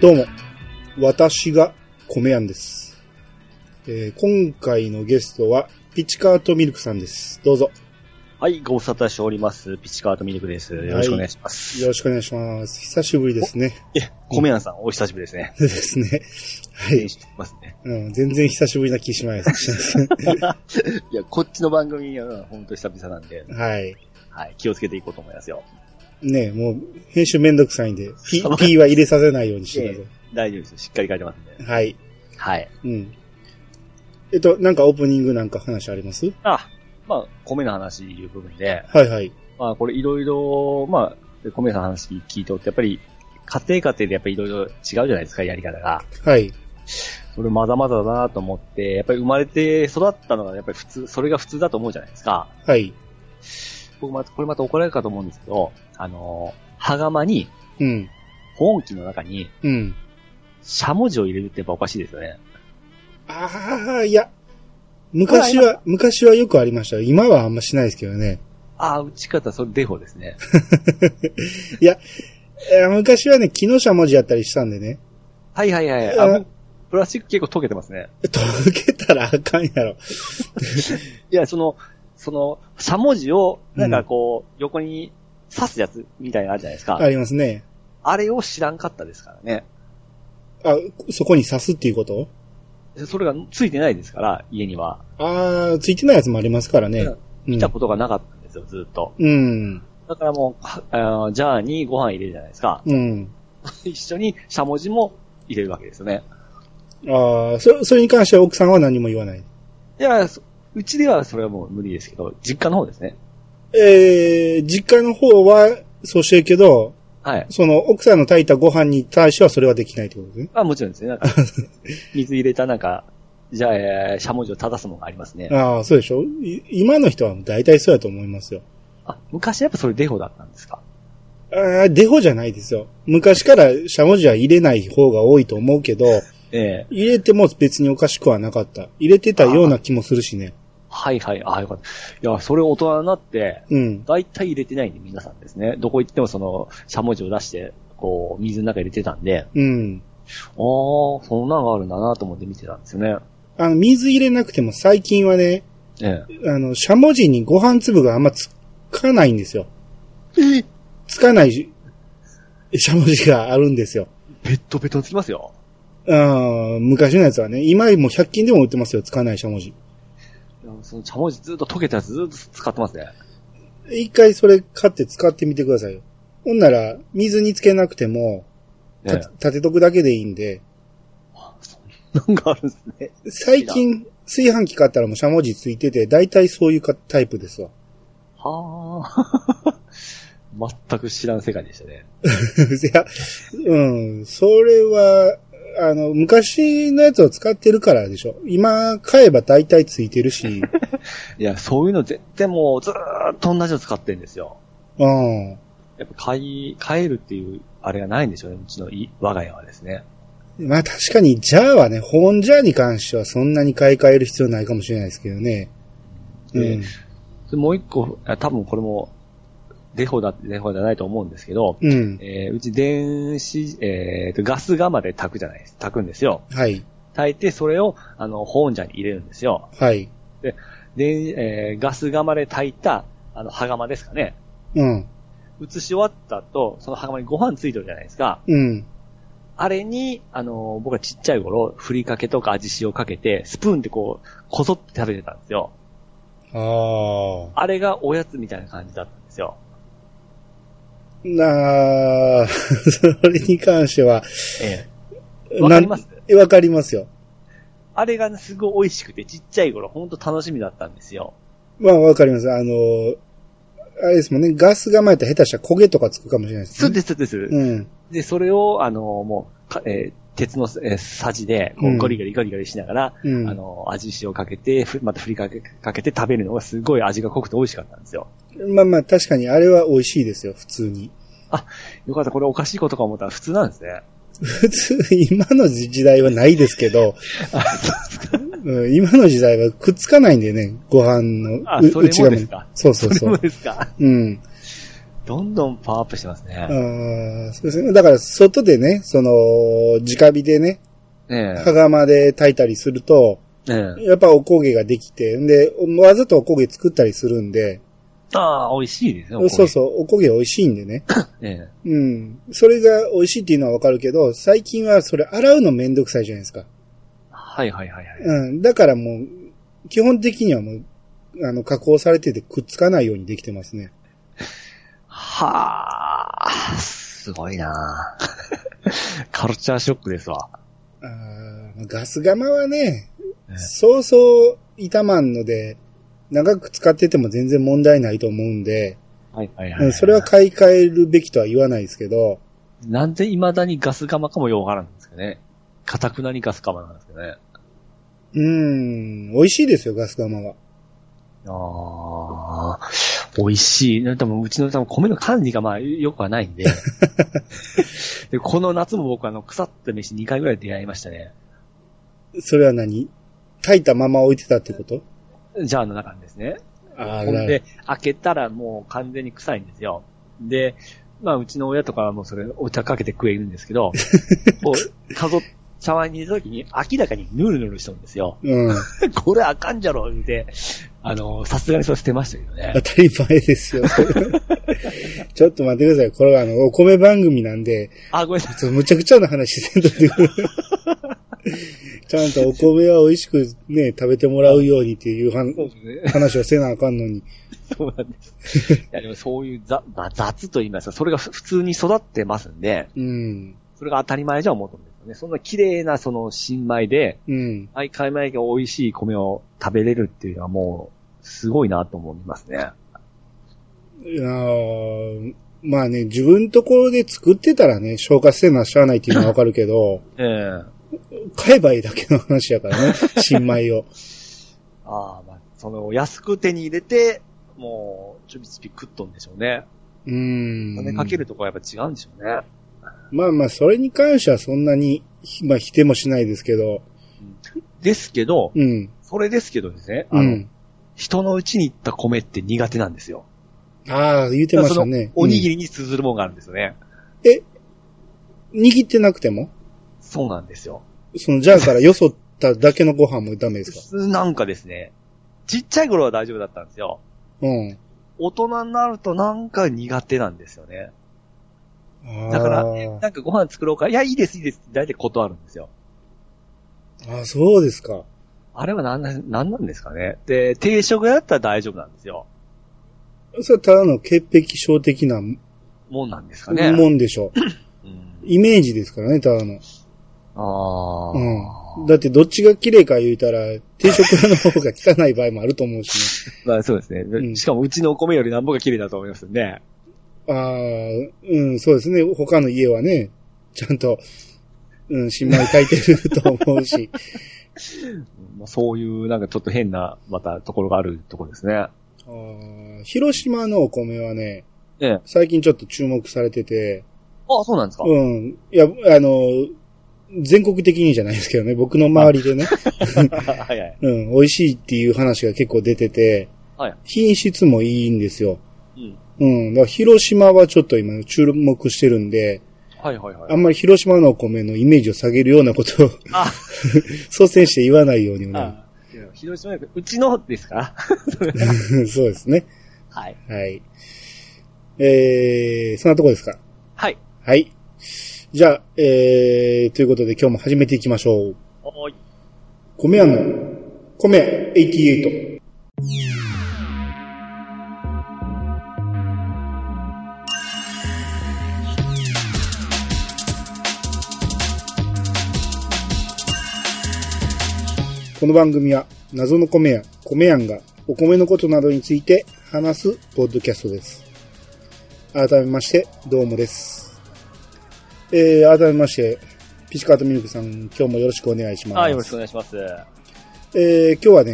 どうも、私が米庵です、えー今回のゲストは、ピチカートミルクさんです。どうぞ、はい、ご無沙汰しております。ピチカートミルクです。よろしくお願いします。よろしくお願いします。久しぶりですね。え、コメヤンさん、お久しぶりですね。ですね。は練い、習してますね。うん。全然久しぶりな気しないです。 いや、こっちの番組は本当久々なんで、はい。はい、気をつけていこうと思いますよ。ねもう、編集めんどくさいんで、P, P は入れさせないようにしてくだ大丈夫です。しっかり書いてますんで。さい。はい。はい。うん。えっと、なんかオープニングなんか話ありますあ、まあ、米の話いう部分で、はいはい。まあ、これいろいろ、まあ、米さんの話聞いておって、やっぱり、家庭家庭でやっぱりいろいろ違うじゃないですか、やり方が。はい。それまだまだだなと思って、やっぱり生まれて育ったのが、やっぱり普通、それが普通だと思うじゃないですか。はい。僕また、これまた怒られるかと思うんですけど、あのー、はがまに、うん。保温器の中に、うん。しゃもじを入れるってやっぱおかしいですよね。ああ、いや。昔は、昔はよくありましたよ。今はあんましないですけどね。ああ、打ち方、それデフォですね。えー昔はね、木のしゃもじやったりしたんでね。はいはいはい。ああもうプラスチック結構溶けてますね。溶けたらあかんやろ。いや、その、その、しゃもじを、なんかこう、横に刺すやつみたいなのあるじゃないですか。ありますね。あれを知らんかったですからね。あ、そこに刺すっていうことそれがついてないですから、家には。ああ、ついてないやつもありますからね。うん見たことがなかったんですよ、ずっと。うん。だからもうは、あージャーにご飯入れるじゃないですか。 うん。一緒にしゃもじも入れるわけですよね。ああ、そ、それに関しては奥さんは何も言わない。いや、そうちではそれはもう無理ですけど、実家の方ですね。えー、実家の方は、そうしてるけど、はい。その、奥さんの炊いたご飯に対してはそれはできないってことですね。あ、もちろんですね。なんか、水入れたなんか、じゃあ、えーしゃもじを正すものがありますね。ああ、そうでしょい今の人は大体そうやと思いますよ。あ、昔やっぱそれデフォだったんですか。ああ、デフォじゃないですよ。昔からしゃもじは入れない方が多いと思うけど、ええ入れても別におかしくはなかった。入れてたような気もするしね。はいはい、あよかった。いや、それ大人になって、うん。大体入れてないんで、皆さんですね。どこ行ってもその、しゃもじを出して、こう、水の中入れてたんで、うん。ああ、そんなのがあるんだなと思って見てたんですよね。あの、水入れなくても最近はね、えあの、しゃもじにご飯粒があんまつかないんですよ。え。えつかないししゃもじがあるんですよ。ペットペトにつきますよ。うん、昔のやつはね、今も100均でも売ってますよ、つかないしゃもじ。いやその、しゃもじずっと溶けたやつずっと使ってますね。一回それ買って使ってみてくださいよ。ほんなら、水につけなくても、たええ立てとくだけでいいんで、そんなんがあるんですね。最近、炊飯器買ったらもうしゃもじついてて、大体そういうかタイプですわ。 はあ。 全く知らん世界でしたね。いや、うん、それは、あの、昔のやつを使ってるからでしょ。今、買えば大体ついてる し、いや、そういうの全然もうずーっと同じの使ってるんですよ。うん。やっぱ買い、買えるっていう、あれがないんでしょうね。うちのい我が家はですね。まあ確かに、ジャーはね、本ジャーに関してはそんなに買い替える必要ないかもしれないですけどね。えうえん。でもう一個、あ多分これも、デフォだ、デフォじゃないと思うんですけど、うん。えーうち電子、えーと、ガス釜で炊くじゃないです。炊くんですよ。はい。炊いて、それを、あの、保温茶に入れるんですよ。はい。で、えーガス釜で炊いた、あの、羽釜ですかね。うん。移し終わった後、その袴にご飯ついてるじゃないですか。うん。あれに、あの、僕はちっちゃい頃、ふりかけとか味塩かけて、スプーンでこう、こそって食べてたんですよ。ああ。あれがおやつみたいな感じだったんですよ。なあ、 それに関しては、ええ。なんわかりますえわかりますよ。あれがすごい美味しくて、ちっちゃい頃、ほんと楽しみだったんですよ。まあ、わかります。あの、あれですもんね、ガスが前やったら下手したら焦げとかつくかもしれないです、そうね。です、そうです。うん。で、それを、あの、もう、かえー鉄の、えーさじで、こうんうゴリゴリゴリゴリしながら、うん。あの、味塩かけて、ふまたふりかけかけて食べるのがすごい味が濃くて美味しかったんですよ。まあまあ、確かにあれは美味しいですよ、普通に。よかった、これおかしいことか思ったら普通なんですね。普通、今の時代はないですけ ど、うん、今の時代はくっつかないんでね、ご飯のあ、うそれも内側でにすか。そうそうそそれもう。ですか。うん。どんどんパワーアップしてますね。ああ、そうですね。だから、外でね、その、直火でね、ね羽釜で炊いたりすると、え。ねえ。やっぱお焦げができて、んで、わざとお焦げ作ったりするんで、ああ、美味しいですね。そうそう、お焦げ美味しいんでね。う。ねうん。それが美味しいっていうのはわかるけど、最近はそれ洗うのめんどくさいじゃないですか。え。はいはいはいはい。うん。だからもう、基本的にはもう、あの、加工されててくっつかないようにできてますね。はあ、すごいなカルチャーシ ョックですわ。あーガス釜はね、ねそうそう傷まんので、長く使ってても全然問題ないと思うんで、はいはいうんそれは買い替えるべきとは言わないですけど、なんで未だにガス釜かもようわからんですけどね。かたくなにガス釜なんですけどね。うん、美味しいですよ、ガス釜は。ああ、美味しい。多分うちの多分米の管理がまあよくはないんで。でこの夏も僕あの腐った飯2回ぐらい出会いましたね。それは何炊いたまま置いてたってことジャーの中にですね。あほんで、開けたらもう完全に臭いんですよ。で、まあ、うちの親とかはもうそれ、お茶かけて食えるんですけど、こう、かぞ、茶碗に入れた時に明らかにヌルヌルしとるんですよ。 うん。これあかんじゃろ、言うて、あの、さすがにそう捨てましたけど ね当。たり前です よ。ちょっと待ってください。これはあの、お米番組なんで、あ、ごめんなさい。ちょっとむちゃくちゃな話せんとってくれ ちゃんとお米は美味しくね、食べてもらうようにっていうはんそうですね。話をせなあかんのに。そうなんです。いや、でもそういうざ、まあ、雑と言いますか、それがふ普通に育ってますんで、うん。それが当たり前じゃ思うと思うんですよね。そんな綺麗な、その、新米で、うん。毎回毎回美味しい米を食べれるっていうのはもう、すごいなと思いますね。いやーまあね、自分ところで作ってたらね、消化せなしゃあないっていうのはわかるけど、ええ買えばいいだけの話やからね、新米 を。ああ、まあ、その、安く手に入れて、もう、ちょびちび食っとんでしょうね。うおん。金かけるとこはやっぱ違うんでしょうね。まあまあ、それに関してはそんなに、ひまあ否定もしないですけど、ですけど、うん。それですけどですね、あうの、ん。人のうちに行った米って苦手なんですよ。ああ、言ってましたね。おにり、ぎりに通ずるものがあるんですよね。握ってなくてもそうなんですよ。そのジャーからよそっただけのご飯もダメですかなんかですね、ちっちゃい頃は大丈夫だったんですよ。うん。大人になるとなんか苦手なんですよね。ああだから、なんかご飯作ろうか、いや、いいです、いいですって大体断るんですよ。ああ、そうですか。あれはなんな、なんなんですかね。で、定食屋だったら大丈夫なんですよ。それはただの潔癖症的なもんなんですかね。もんでしょう。うんイメージですからね、ただの。ああ。うん。だってどっちが綺麗か言うたら、定食屋の方が汚い場合もあると思うしまあそうですね。んしかもうちのお米よりなんぼが綺麗だと思いますよね。ね。ああ、うん、そうですね。他の家はね、ちゃんと、うん、新米炊いてると思う し。まあ、そういうなんかちょっと変な、またところがあるところですね。あー広島のお米はね、ええ。最近ちょっと注目されてて、あ、そうなんですか。うん。いや、あの、全国的にじゃないですけどね、僕の周りでね、 はいはい。うん、美味しいっていう話が結構出てて、はい品質もいいんですよ。ううん。ん。だから広島はちょっと今注目してるんで、はいはいはあい。んまり広島のお米のイメージを下げるようなことをあ 率先して言わないようにもね。あいや広島役、うちのですから。 そうですね。はい。はい。えー、そんなとこですかはい。はい。じゃあ、えー、ということで今日も始めていきましょう。おい。米屋の、米屋88。この番組は、謎の米屋、米屋が、お米のことなどについて話すポッドキャストです。改めまして、どうもです。えー、改めまして、ピチカートミルクさん、今日もよろしくお願いします。あよろしくお願いします。えー今日はね、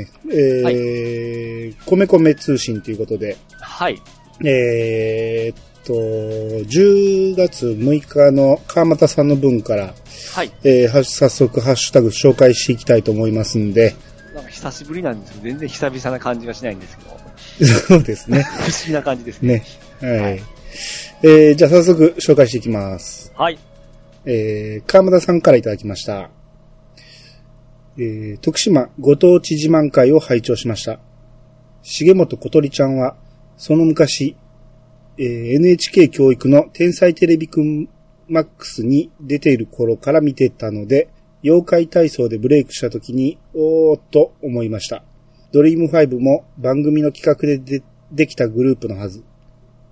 はいえー、米米通信ということで、はい。えーっと、10月6日の川又さんの分から、はい。えーは早速ハッシュタグ紹介していきたいと思いますんで、 なんか久しぶりなんですけど、 全然久々な感じがしないんですけど、不そうですね。思議な感じですね。ね。はい。はいえー、じゃあ早速紹介していきます。はい。えー、川村さんからいただきました。えー、徳島ご当地自慢会を拝聴しました。重本小鳥ちゃんは、その昔、えー NHK 教育の天才テレビくんマックスに出ている頃から見てたので、妖怪体操でブレイクした時に、おーっと思いました。ドリーム5も番組の企画ででできたグループのはず。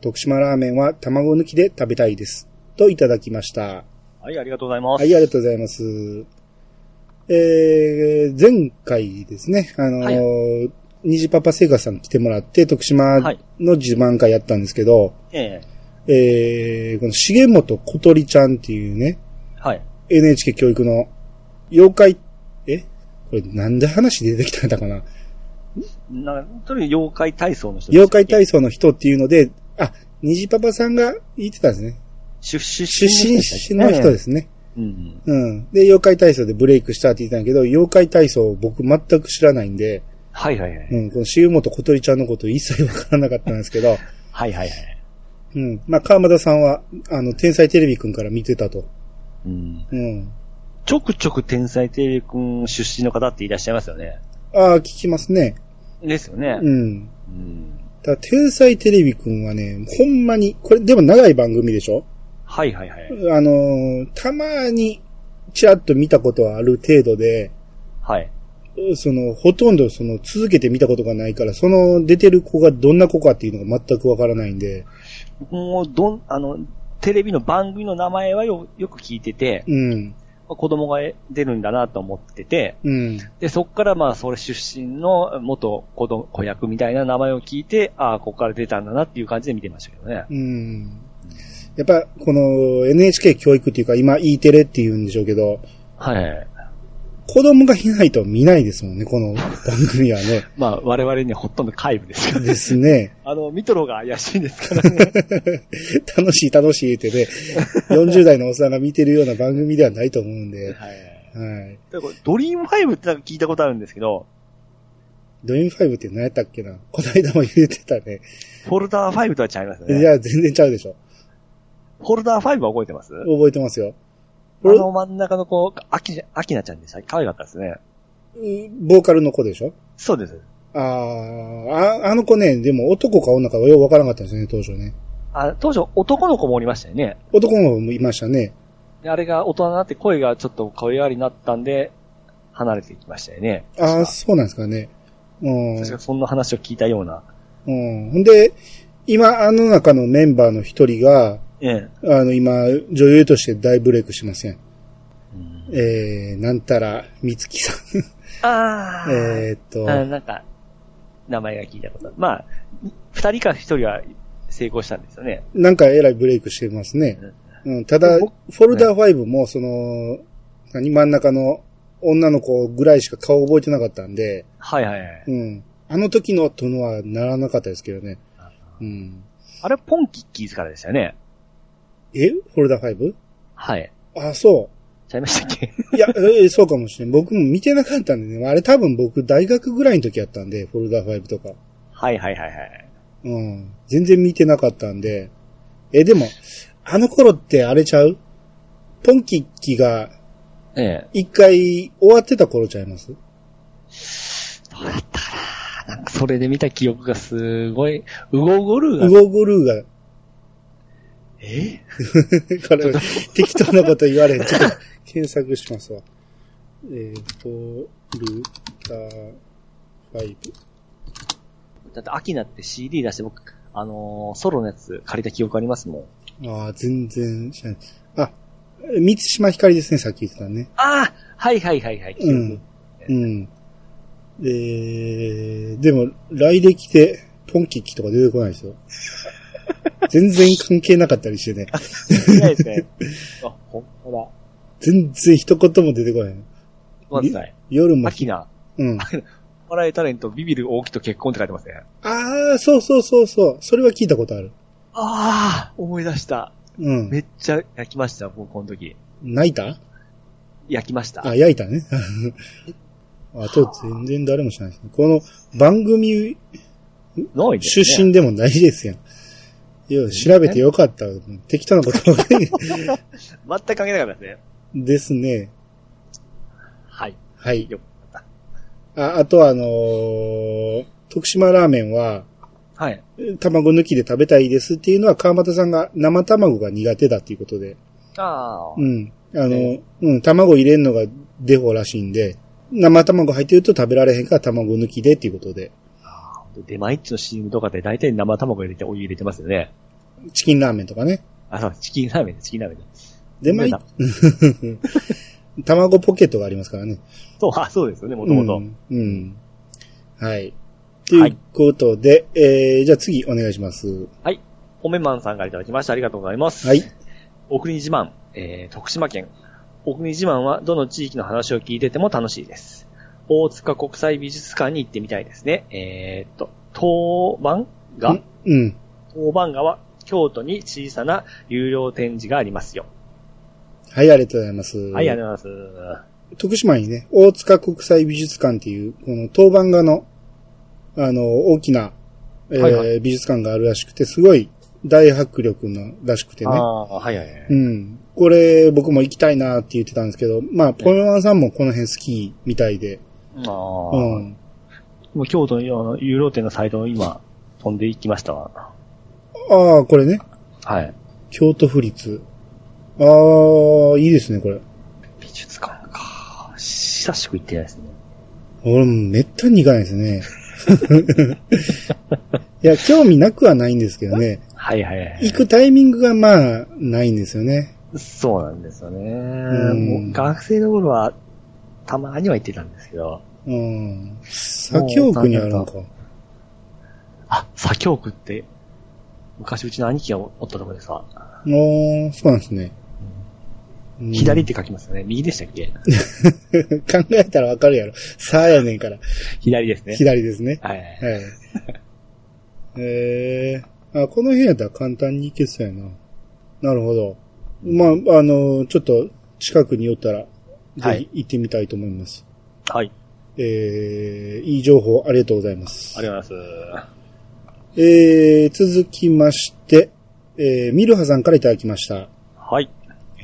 徳島ラーメンは卵抜きで食べたいです。といただきました。はい、ありがとうございます。はい、ありがとうございます。えー、前回ですね、あのー虹パパセガさん来てもらって、徳島はいの自慢会やったんですけど、えええー、この重本小鳥ちゃんっていうね、はい。 NHK 教育の妖怪、えこれなんで話出てきたんだかななんとにかく妖怪体操の人妖怪体操。操の人っていうので、あ、虹パパさんが言ってたんですね。出出身身人。の人ですすね。うん。うん。で、妖怪体操でブレイクしたって言ってたんやけど、妖怪体操僕全く知らないんで、はいはいはい。うん、この重本小鳥ちゃんのこと一切わからなかったんですけど、 はいはいはい。うん。まあ、川村さんは、あの、天才テレビくんから見てたと。うん。うん。ちょくちょく天才テレビくん出身の方っていらっしゃいますよね。ああ、聞きますね。ですよね。うん。うん。ただ、天才テレビくんはね、ほんまに、これ、でも長い番組でしょはいはいはい。あのーたまに、ちらっと見たことはある程度で、はい。その、ほとんどその、続けて見たことがないから、その、出てる子がどんな子かっていうのが全くわからないんで、もう、どん、あの、テレビの番組の名前はよよく聞いてて、うん、まあ子供が出るんだなと思ってて、うん、で、そっからまあ、それ出身の元子供、子役みたいな名前を聞いて、ああ、ここから出たんだなっていう感じで見てましたけどね。うん。やっぱ、この、NHK 教育っていうか、今、E テレっていうんでしょうけど、はい。子供がいないと見ないですもんね、この番組は ね。まあ、我々にはほとんど皆無ですけどね。ですね。 あの、見とろうが怪しいですからね。楽しい楽しいってね、40代のおっさんが見てるような番組ではないと思うんで、 はい。はい。でこれドリームファイブってなんか聞いたことあるんですけど、ドリーム5って何やったっけなこの間も言ってたね。フォルダー5とは違いますよい ね。や、全然ちゃうでしょ。フォルダー5は覚えてます覚えてますよ。あこれの真ん中の子、アキ、アキナちゃんでした。可愛かったですね。ボーカルの子でしょそうです。あーあ、あの子ね、でも男か女かよくわからなかったんですよね、当初ね。あ当初、男の子もおりましたよね。男の子もいましたね。であれが大人になって声がちょっと声変わりになったんで、離れていきましたよね。ああ、確かそうなんですかね。うん。確かそんな話を聞いたような。うん。ほんで、今、あの中のメンバーの一人が、ええ。あの、今、女優として大ブレイクしてません。うんえー、なんたら、みつきさん。ああ。えーっと、あなんか、名前が聞いたことある。まあ、二人か一人は成功したんですよね。なんかえらいブレイクしてますね。うん、ただ、フ僕ォルダー5も、その、何、真ん中の女の子ぐらいしか顔覚えてなかったんで、はいはいはい。うん。あの時のとのはならなかったですけどね。うん。あれ、ポンキッキーズからでしたよね。えフォルダー 5? はい。あ、そちゃいました っけう。いや、えーそうかもしれん。僕も見てなかったんでね。あれ多分僕大学ぐらいの時やったんで、フォルダー5とか。はいはいはいはい。うん。全然見てなかったんで。え、でも、あの頃ってあれちゃうポンキッキがええ。一回終わってた頃ちゃいますどうだったかななんかそれで見た記憶がすごい、うごうごるウーが。ゴグルーが、 えこれ、適当なこと言われん。ちょっと、検索しますわ。えー、フォルダー5。だって、アキナって CD 出して僕、あのーソロのやつ借りた記憶ありますもん。ああ、全然知らない。あ、三島ひかりですね、さっき言ってたね。ああはいはいはいはい、記憶。うんうん。えー、でも、来歴で、ポンキッキとか出てこないですよ。全然関係なかったりしてね。見ないですね。 あ、ほんとだ。全然一言も出てこない。ごめんなさい。夜もア、キナ、うん。お笑いタレント、ビビる大木と結婚って書いてますね。ああ、そうそうそうそう。それは聞いたことある。ああ、思い出した。うん。めっちゃ焼きました、僕この時。泣いた焼きました。あ、焼いたね。あと、全然誰も知らないですね。この番組ないですね出身でもないですやん。いや、調べてよかった。適当なことばっかり全く関係なかったですね。ですね。はい。はい。よかっあ、あとはあのー徳島ラーメンは、た。はい。卵抜きで食べたいですっていうのは川端さんが生卵が苦手だっていうことで。ああ、うん。あの、えうん、卵入れんのがデフォらしいんで、生卵入ってると食べられへんから卵抜きでっていうことで、あー出前一の CM とかで大体生卵入れてお湯入れてますよね。チキンラーメンとかね。あ、そう、チキンラーメンだ、チキンラーメンだ。で、まあいなんだ 卵ポケットがありますからね。そう、あ、そうですよね、もともうと。ん。うん。はい。ということで、えー、じゃあ次お願いします。おめまんさんからいただきました。ありがとうございます。はい。お国自慢、えー、徳島県。お国自慢はどの地域の話を聞いてても楽しいです。大塚国際美術館に行ってみたいですね。えー、っと、当番がんうん。当番がは京都に小さな有料展示がありますよ。はい、ありがとうございます。はい、ありがとうございます。徳島にね、大塚国際美術館っていう、この当番画の、あの、大きな、えーはいは美術館があるらしくて、すごい大迫力のらしくてねあ。あ、はいはいはい。うん。これ、僕も行きたいなって言ってたんですけど、まあ、ポヨマンさんもこの辺好きみたいで、ああ、うん。もう京都のあの有料展のサイトを今飛んでいきましたわ。ああ、これね、はい。京都府立。ああ、いいですね、これ。美術館か。久しく行ってないですね。俺もめったに行かないですね。 いや、興味なくはないんですけどね。はいはいはい。行くタイミングがまあ、ないんですよね。そうなんですよね。んもう学生の頃は、たまには行ってたんですけど。うん。左京区にあるのか。あ、左京区って、昔うちの兄貴がおったところでさ、あーそうなんですね。うん 左っ。て書きますよね。右でしたっ け考えたらわかるやろ。さあやねんから。左ですね。左ですね。はい。はい。 えー、あ、この辺やったら簡単に行けそうやな。なるほど。まあ、あのちょっと近くに寄ったら、はぜいひ行ってみたいと思います。はい。えー、いい情報ありがとうございますあ。りがとうございまえー、続きまして、えー、ミルハさんからいただきました。す。はい。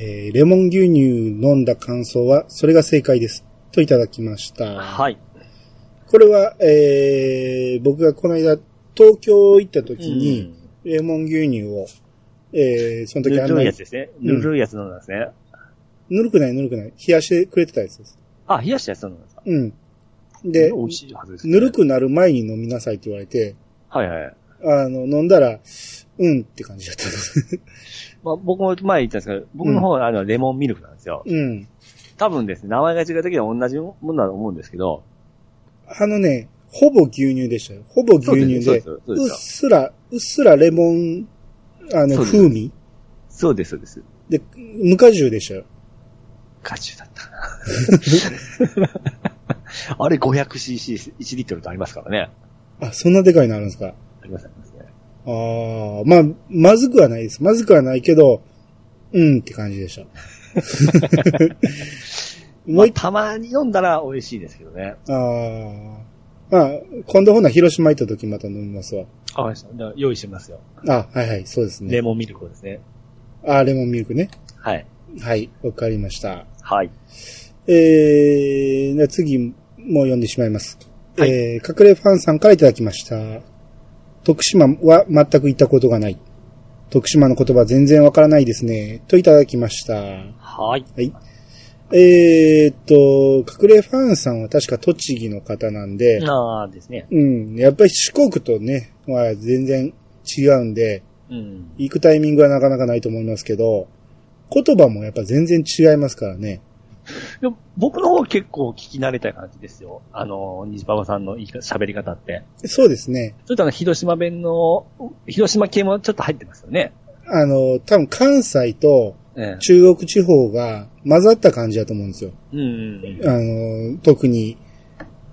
えーレモン牛乳飲んだ感想は、それが正解です。といただきました。はい。これは、えー僕がこの間、東京行った時に、レモン牛乳を、えーそのぬ時あんるまいりやつ、ですね。んぬるいやつ飲んだんですね。ぬるくないぬるくない。冷やしてくれてたやつです。あ、冷やしたやつ飲んだんですかうん。で美、味しいはずです、ぬる。くなる前に飲みなさいって言われて、はいはい。あの、飲んだら、うんって感じだった。 まあ、僕も前言ったんですけど、僕の方はあのレモンミルクなんですよ。うん。多分ですね、名前が違う時は同じものだと思うんですけど、あのね、ほぼ牛乳でしたよ。ほぼ牛乳そうでで、す、そううっです。すら、うっすらレモン、あの、そうです風味そうです、そうです。で、無果汁でしたよ。ガチュだったな。 あれ 500cc1 リットルとありますからね。あ、そんなでかいのあるんですかあります、ありますね。ああ、まあ、まずくはないです。まずくはないけど、うんって感じで した。もうまあ、一、たまに飲んだら美味しいですけどね。ああ、まあ、今度ほな広島行った時また飲みますわ。あ、わかりました。じゃあ用意してますよ。あ、はいはい、そうですね。レモンミルクをですね。あレモンミルクね。はい。はい、わかりました。はい。えー、じゃあ次も読んでしまいます。はいえー、隠れファンさんからいただきました。徳島は全く行ったことがない。徳島の言葉全然わからないですね。といただきました。はい。えーっと、隠れファンさんは確か栃木の方なんで、ああですね。うん、やっぱり四国とね、は全然違うんで、うん。行くタイミングはなかなかないと思いますけど、言葉もやっぱ全然違いますからね。でも僕の方は結構聞き慣れた感じですよ。あの、虹パパさんの言い方喋り方って。そうですね。ちょっとあの、広島弁の、広島系もちょっと入ってますよね。あの、多分関西とええ。中国地方が混ざった感じだと思うんですよ。うんうんうあん。の、特に、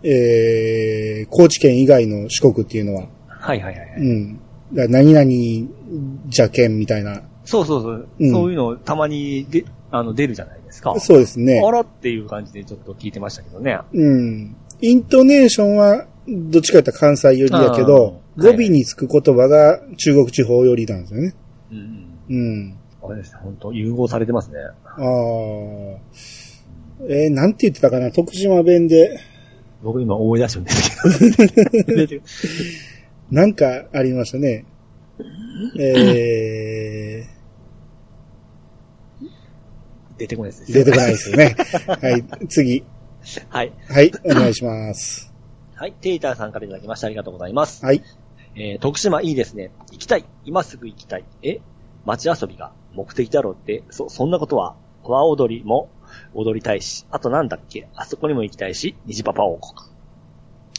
えー、高知県以外の四国っていうのは。はいはいはいはうい。ん。だから何々じゃけんみたいな。そうそうそう。うんそういうのたまにであの出るじゃないですか。そうですねあ。らっていう感じでちょっと聞いてましたけどね。うん。イントネーションはどっちかというと関西寄りやけど、あー語はい尾につく言葉が中国地方寄りなんですよね。うんうん。うん。あれですね、本当融合されてますね。ああ。えーなんて言ってたかな徳島弁で、僕今思い出してるんですけど。出てくるなんかありましたね。えー、出てこないですね。出てこないですよ ね。はい、次。はい。はい、お願いします。はい。テイターさんからいただきましてありがとうございます。はい。えー、徳島いいですね。行きたい。今すぐ行きたい。え街遊びが目的だろうって、そ、そんなことは、阿波踊りも踊りたいし、あとなんだっけ、あそこにも行きたいし、虹パパ王国。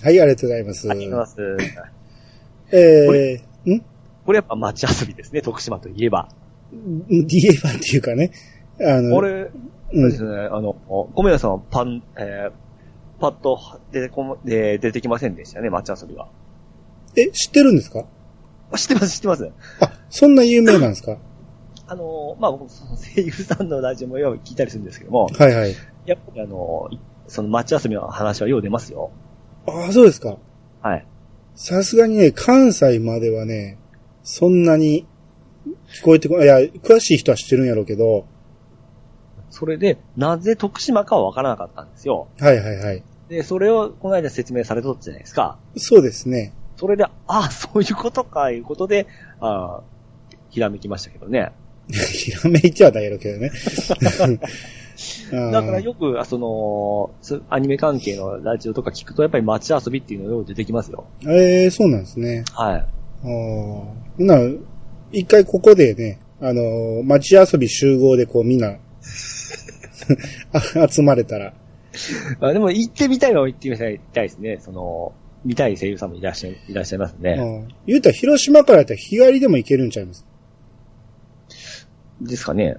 はい、ありがとうございます。ありがとうございます。こえー、んこれやっぱ街遊びですね、徳島といえば。 ?DA ンっていうかね。あの、俺、うでん、すね、あの、米田さんはパン、えー、パッと出てこも、で出てきませんでしたね、街遊びは。え、知ってるんですかあ知ってます、知ってます。あ、そんな有名なんです かあの、まあ、僕、その声優さんのラジオもよく聞いたりするんですけども、はいはい。やっぱりあの、いその街遊びの話はよう出ますよ。ああ、そうですか。はい。さすがにね、関西まではね、そんなに聞こえてこない。いや、詳しい人は知ってるんやろうけど、それで、なぜ徳島かはわからなかったんですよ。はいはいはい。で、それをこの間説明されとったじゃないですか。そうですね。 それで、ああ、そういうことか、いうことで、ああ、ひらめきましたけどね。ひらめいてはないやろうけど ね。 だからよく、あその、すアニメ関係のラジオとか聞くと、やっぱり街遊びっていうのがよく出てきますよ。あーえー、そうなんですね。はい。あーな、一回ここでね、あのー街遊び集合でこうみ んな、あ集まれたら。あでも、行ってみたいのは行ってみたいですね。その、見たい声優さんもいらっしゃい、いらっしゃいますうね。ん言うたら広島からやったら日帰りでも行けるんちゃいますですかね。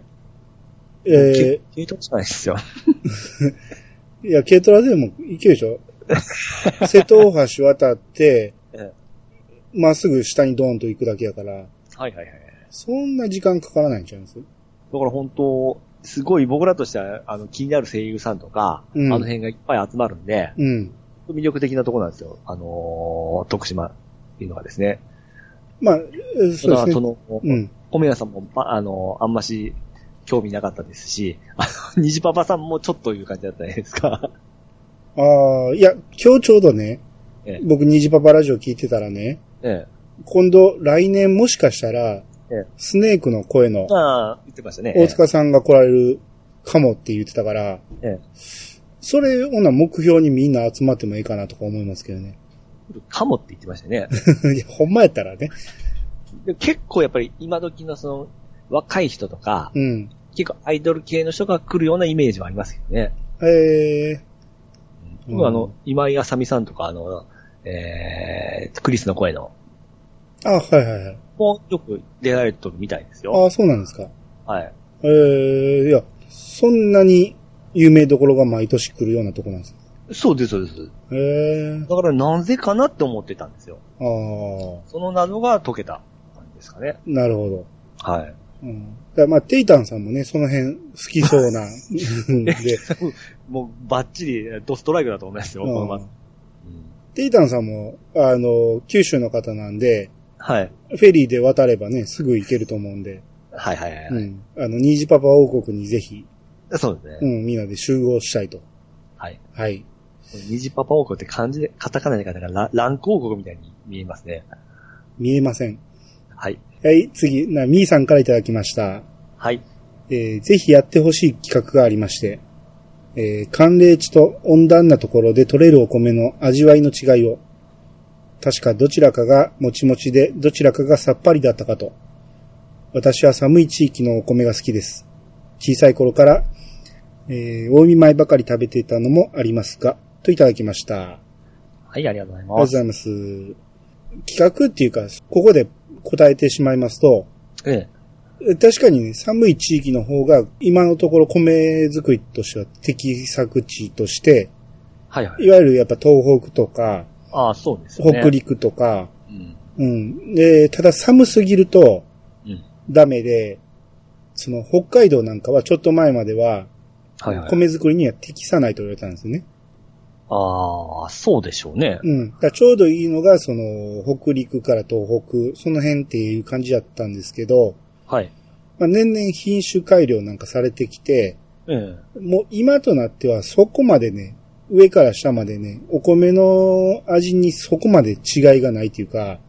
えき聞いたことないですよ。 ー、いや、軽トラでも行けるでしょ 瀬戸大橋渡ってえ、まっすぐ下にドーンと行くだけやから、はいはいはい。そんな時間かからないんちゃいますだから本当、すごい僕らとしては、あの、気になる声優さんとか、うんあの辺がいっぱい集まるんで、うん。魅力的なところなんですよ。あのー徳島っていうのがですね。まあ、えーそうだからですそね。の、うん。米屋さんもば、あの、あんまし興味なかったですし、あの、 虹パパさんもちょっという感じだったじゃないですか。ああ、いや、今日ちょうどねええ、僕、虹パパラジオ聞いてたらね、え今度、来年もしかしたらえ、スネークの声のえ。ああ、言ってましたね。大塚さんが来られるかもって言ってたからええ、それをな目標にみんな集まってもいいかなとか思いますけどね。 かもって言ってましたね。いや、ほんまやったらね。で結構やっぱり今時のその、若い人とか、うん。結構アイドル系の人が来るようなイメージはありますけどね。ええうん僕はあの、今井あさみさんとか、あの、えー、クリスの声の、あ、はいはいはい。もうよく出られてるみたいですよ。あそうなんですか。はい。ええいや、そんなに有名どころが毎年来るようなとこなんですか。そうです、そうです。ええだからなぜかなって思ってたんですよ。ああ、その謎が解けた感じですかね。なるほど。はい。うんだからまあ、テイタンさんもね、その辺好きそう な、うんで、もうバッチリドストライクだと思いますよ、このまうんうんテイタンさんも、あの、九州の方なんで、はい。フェリーで渡ればね、すぐ行けると思うんで、はいはいはい。うん。あの、ニージパパ王国にぜひ、そうですうね。ん、みんなで集合したいと。はい。はい。虹パパ王国って漢字で、カタカナで書いてあるから、ラ乱高国みたいに見えますね。見えません。はい。はい、次、な、ミーさんからいただきました。はい。えーぜひやってほしい企画がありまして、えー寒冷地と温暖なところで取れるお米の味わいの違いを、確かどちらかがもちもちでどちらかがさっぱりだったかと。私は寒い地域のお米が好きです。小さい頃から、えー、大見舞ばかり食べていたのもありますが、といただきました。はい、ありがとうございありがとうごまざす。います。企画っていうか、ここで答えてしまいますと、ええ。確かにね、寒い地域の方が、今のところ米作りとしては適作地として、はいはい。いわゆるやっぱ東北とか、ああ、そうですよね。北。陸とか、うん。うん。で、ただ寒すぎるとうん。ダメで、その北海道なんかはちょっと前までは、はいはい。米作りには適さないと言われたんですよね。あああ、そうでしょうね。うん。だからちょうどいいのが、その、北陸から東北、その辺っていう感じだったんですけど、はい。まあ、年々品種改良なんかされてきて、ええ。もう今となってはそこまでね、上から下までね、お米の味にそこまで違いがないというか、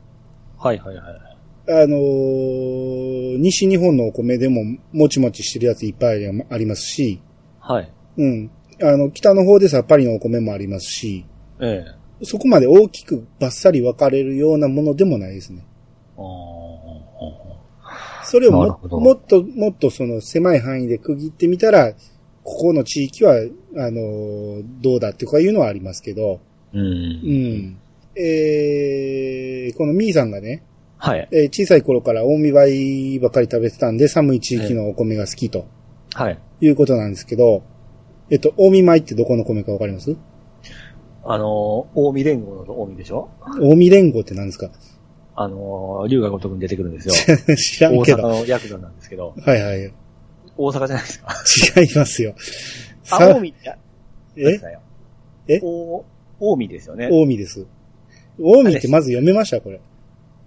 はいはいはい。あのー西日本のお米でももちもちしてるやついっぱいありますし、はい。うん。あの、北の方でさっぱりのお米もありますし、ええ。そこまで大きくバッサリ分かれるようなものでもないですね。あーそれをなるもほどもっともっとその狭い範囲で区切ってみたら、ここの地域は、あのーどうだっていうかいうのはありますけど、う。うんん。えー、このミーさんがね、はい。えー小さい頃から大見梅ばかり食べてたんで、寒い地域のお米が好きとはい。いうことなんですけど、えっと、大見米ってどこの米かわかりますあのー、近江連合の近江でしょ大見連合って何ですか あのー、龍が如くに出てくるんですよ。知ら大んけ阪ど。のヤクザなんですけど。はいはい。違い大阪じゃないですか。ますよ。あ、さ近江って、えええお近江ですよね。大見です。大見ってまず読めましたこれ。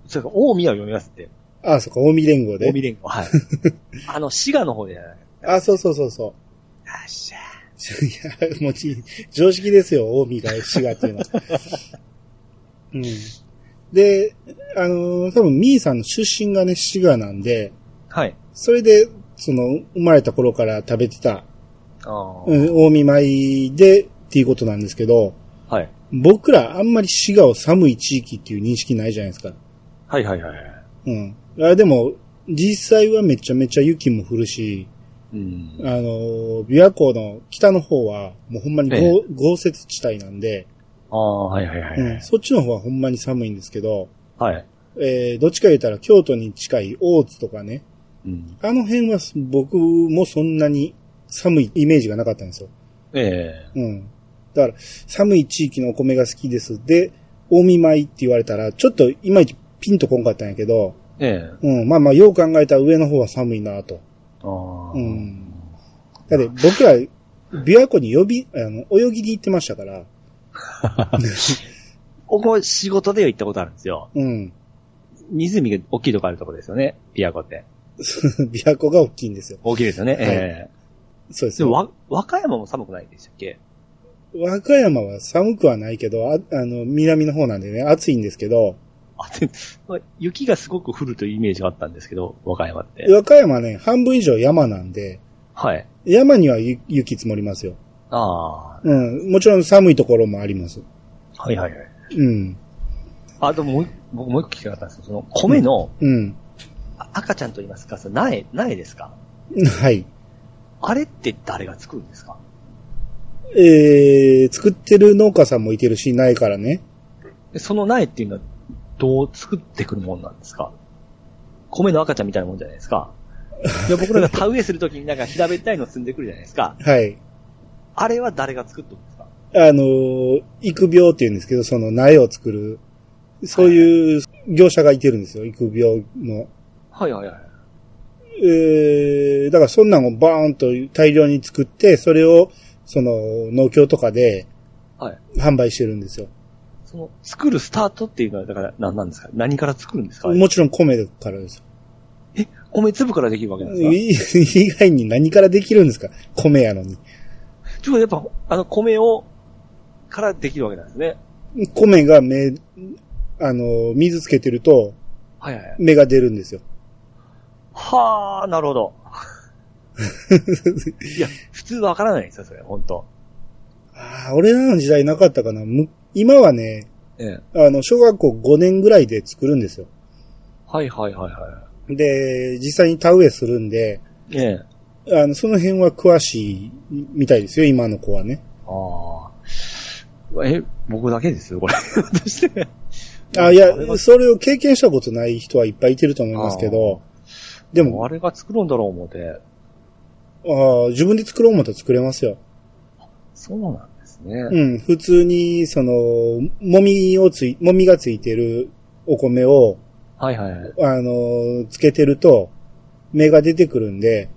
それから近江は読みますって。ああ、そっか、大見連合で近江。連合。 はい。あの、滋賀の方じゃない。あ、そうそうそうそう。あっしゃいや、もうち、常識ですよ、大見が滋賀っていうの は。うん。で、あのー多分、ミーさんの出身がね、滋賀なんで、はい。それで、その、生まれた頃から食べてた、ああ、うん、大見米で、っていうことなんですけど、はい。僕らあんまり滋賀を寒い地域っていう認識ないじゃないですか。はいはいはうい。ん。あでも、実際はめちゃめちゃ雪も降るし、うん。あのー、琵琶湖の北の方は、もうほんまに豪,、ええ豪雪地帯なんで、ああ、はいはいはい。うん、そっちの方はほんまに寒いんですけど、はい。えー、どっちか言ったら京都に近い大津とかね、うん。あの辺は僕もそんなに寒いイメージがなかったんですよ。えうん。だから、寒い地域のお米が好きです。で、大見舞って言われたら、ちょっといまいちピンとこんかったんやけど、えええうん、まあまあ、よう考えたら上の方は寒いなと。ああ。うん。だって僕ら、琵琶湖に呼び、あの、泳ぎに行ってましたから、僕も仕事で行ったことあるんですよ。うん。 湖が大きいとこあるとこですよね。琵琶湖って。琵琶湖が大きいんですよ。大きいですよね。はいええそうですでよも、わ、和歌山も寒くないんでしたっけ和歌山は寒くはないけど、ああの、南の方なんでね、暑いんですけど、あ、でまあ雪がすごく降るというイメージがあったんですけど、和歌山って。和歌山ね、半分以上山なんで、はい。山にはゆ雪積もりますよ。ああ。うん。もちろん寒いところもあります。はいはいはい。うん。あ、でももう一、僕もう一個聞きたかったんですけど、その、米のうん。あ赤ちゃんと言いますか、その苗、苗ですかはい。あれって誰が作るんですかえー、作ってる農家さんもいてるし、ないからね。でその苗っていうのは、どう作ってくるもんなんですか米の赤ちゃんみたいなもんじゃないですか。で僕らが田植えするときになんか平べったいの積んでくるじゃないですか。はい。あれは誰が作っとくんですかあのー育苗って言うんですけど、その苗を作る、そういう業者がいてるんですよ、育苗の。はいはいはい。えー、だからそんなんをバーンと大量に作って、それを、その、農協とかではい。販売してるんですよ。その、作るスタートっていうのは、だから何なんですか何から作るんですかもちろん米からですよ。え、米粒からできるわけなんですかい以外に何からできるんですか米やのに。ちょっとやっぱ、あの、米を、からできるわけなんですね。米が芽、あの、水つけてるとはいはい。芽が出るんですよ。はあ、なる ほど。いや、普通わからないですよ、それ、本当ああ、俺らの時代なかったかな。む今はね、ええ。あの、小学校5年ぐらいで作るんですよ。はいはいはいはで、実際に田植えするんで、い。ええ。あの、その辺は詳しいみたいですよ、今の子はね。ああ。え、僕だけですよ、これ。私であ、いやあれが、それを経験したことない人はいっぱいいてると思いますけど、でも、も、あれが作るんだろう思って。あー自分で作ろう思ったら作れますよ。そうなんですね。うん、普通に、その、もみをつい、もみがついてるお米を、はいはいはい。あの、つけてると、芽が出てくるんで、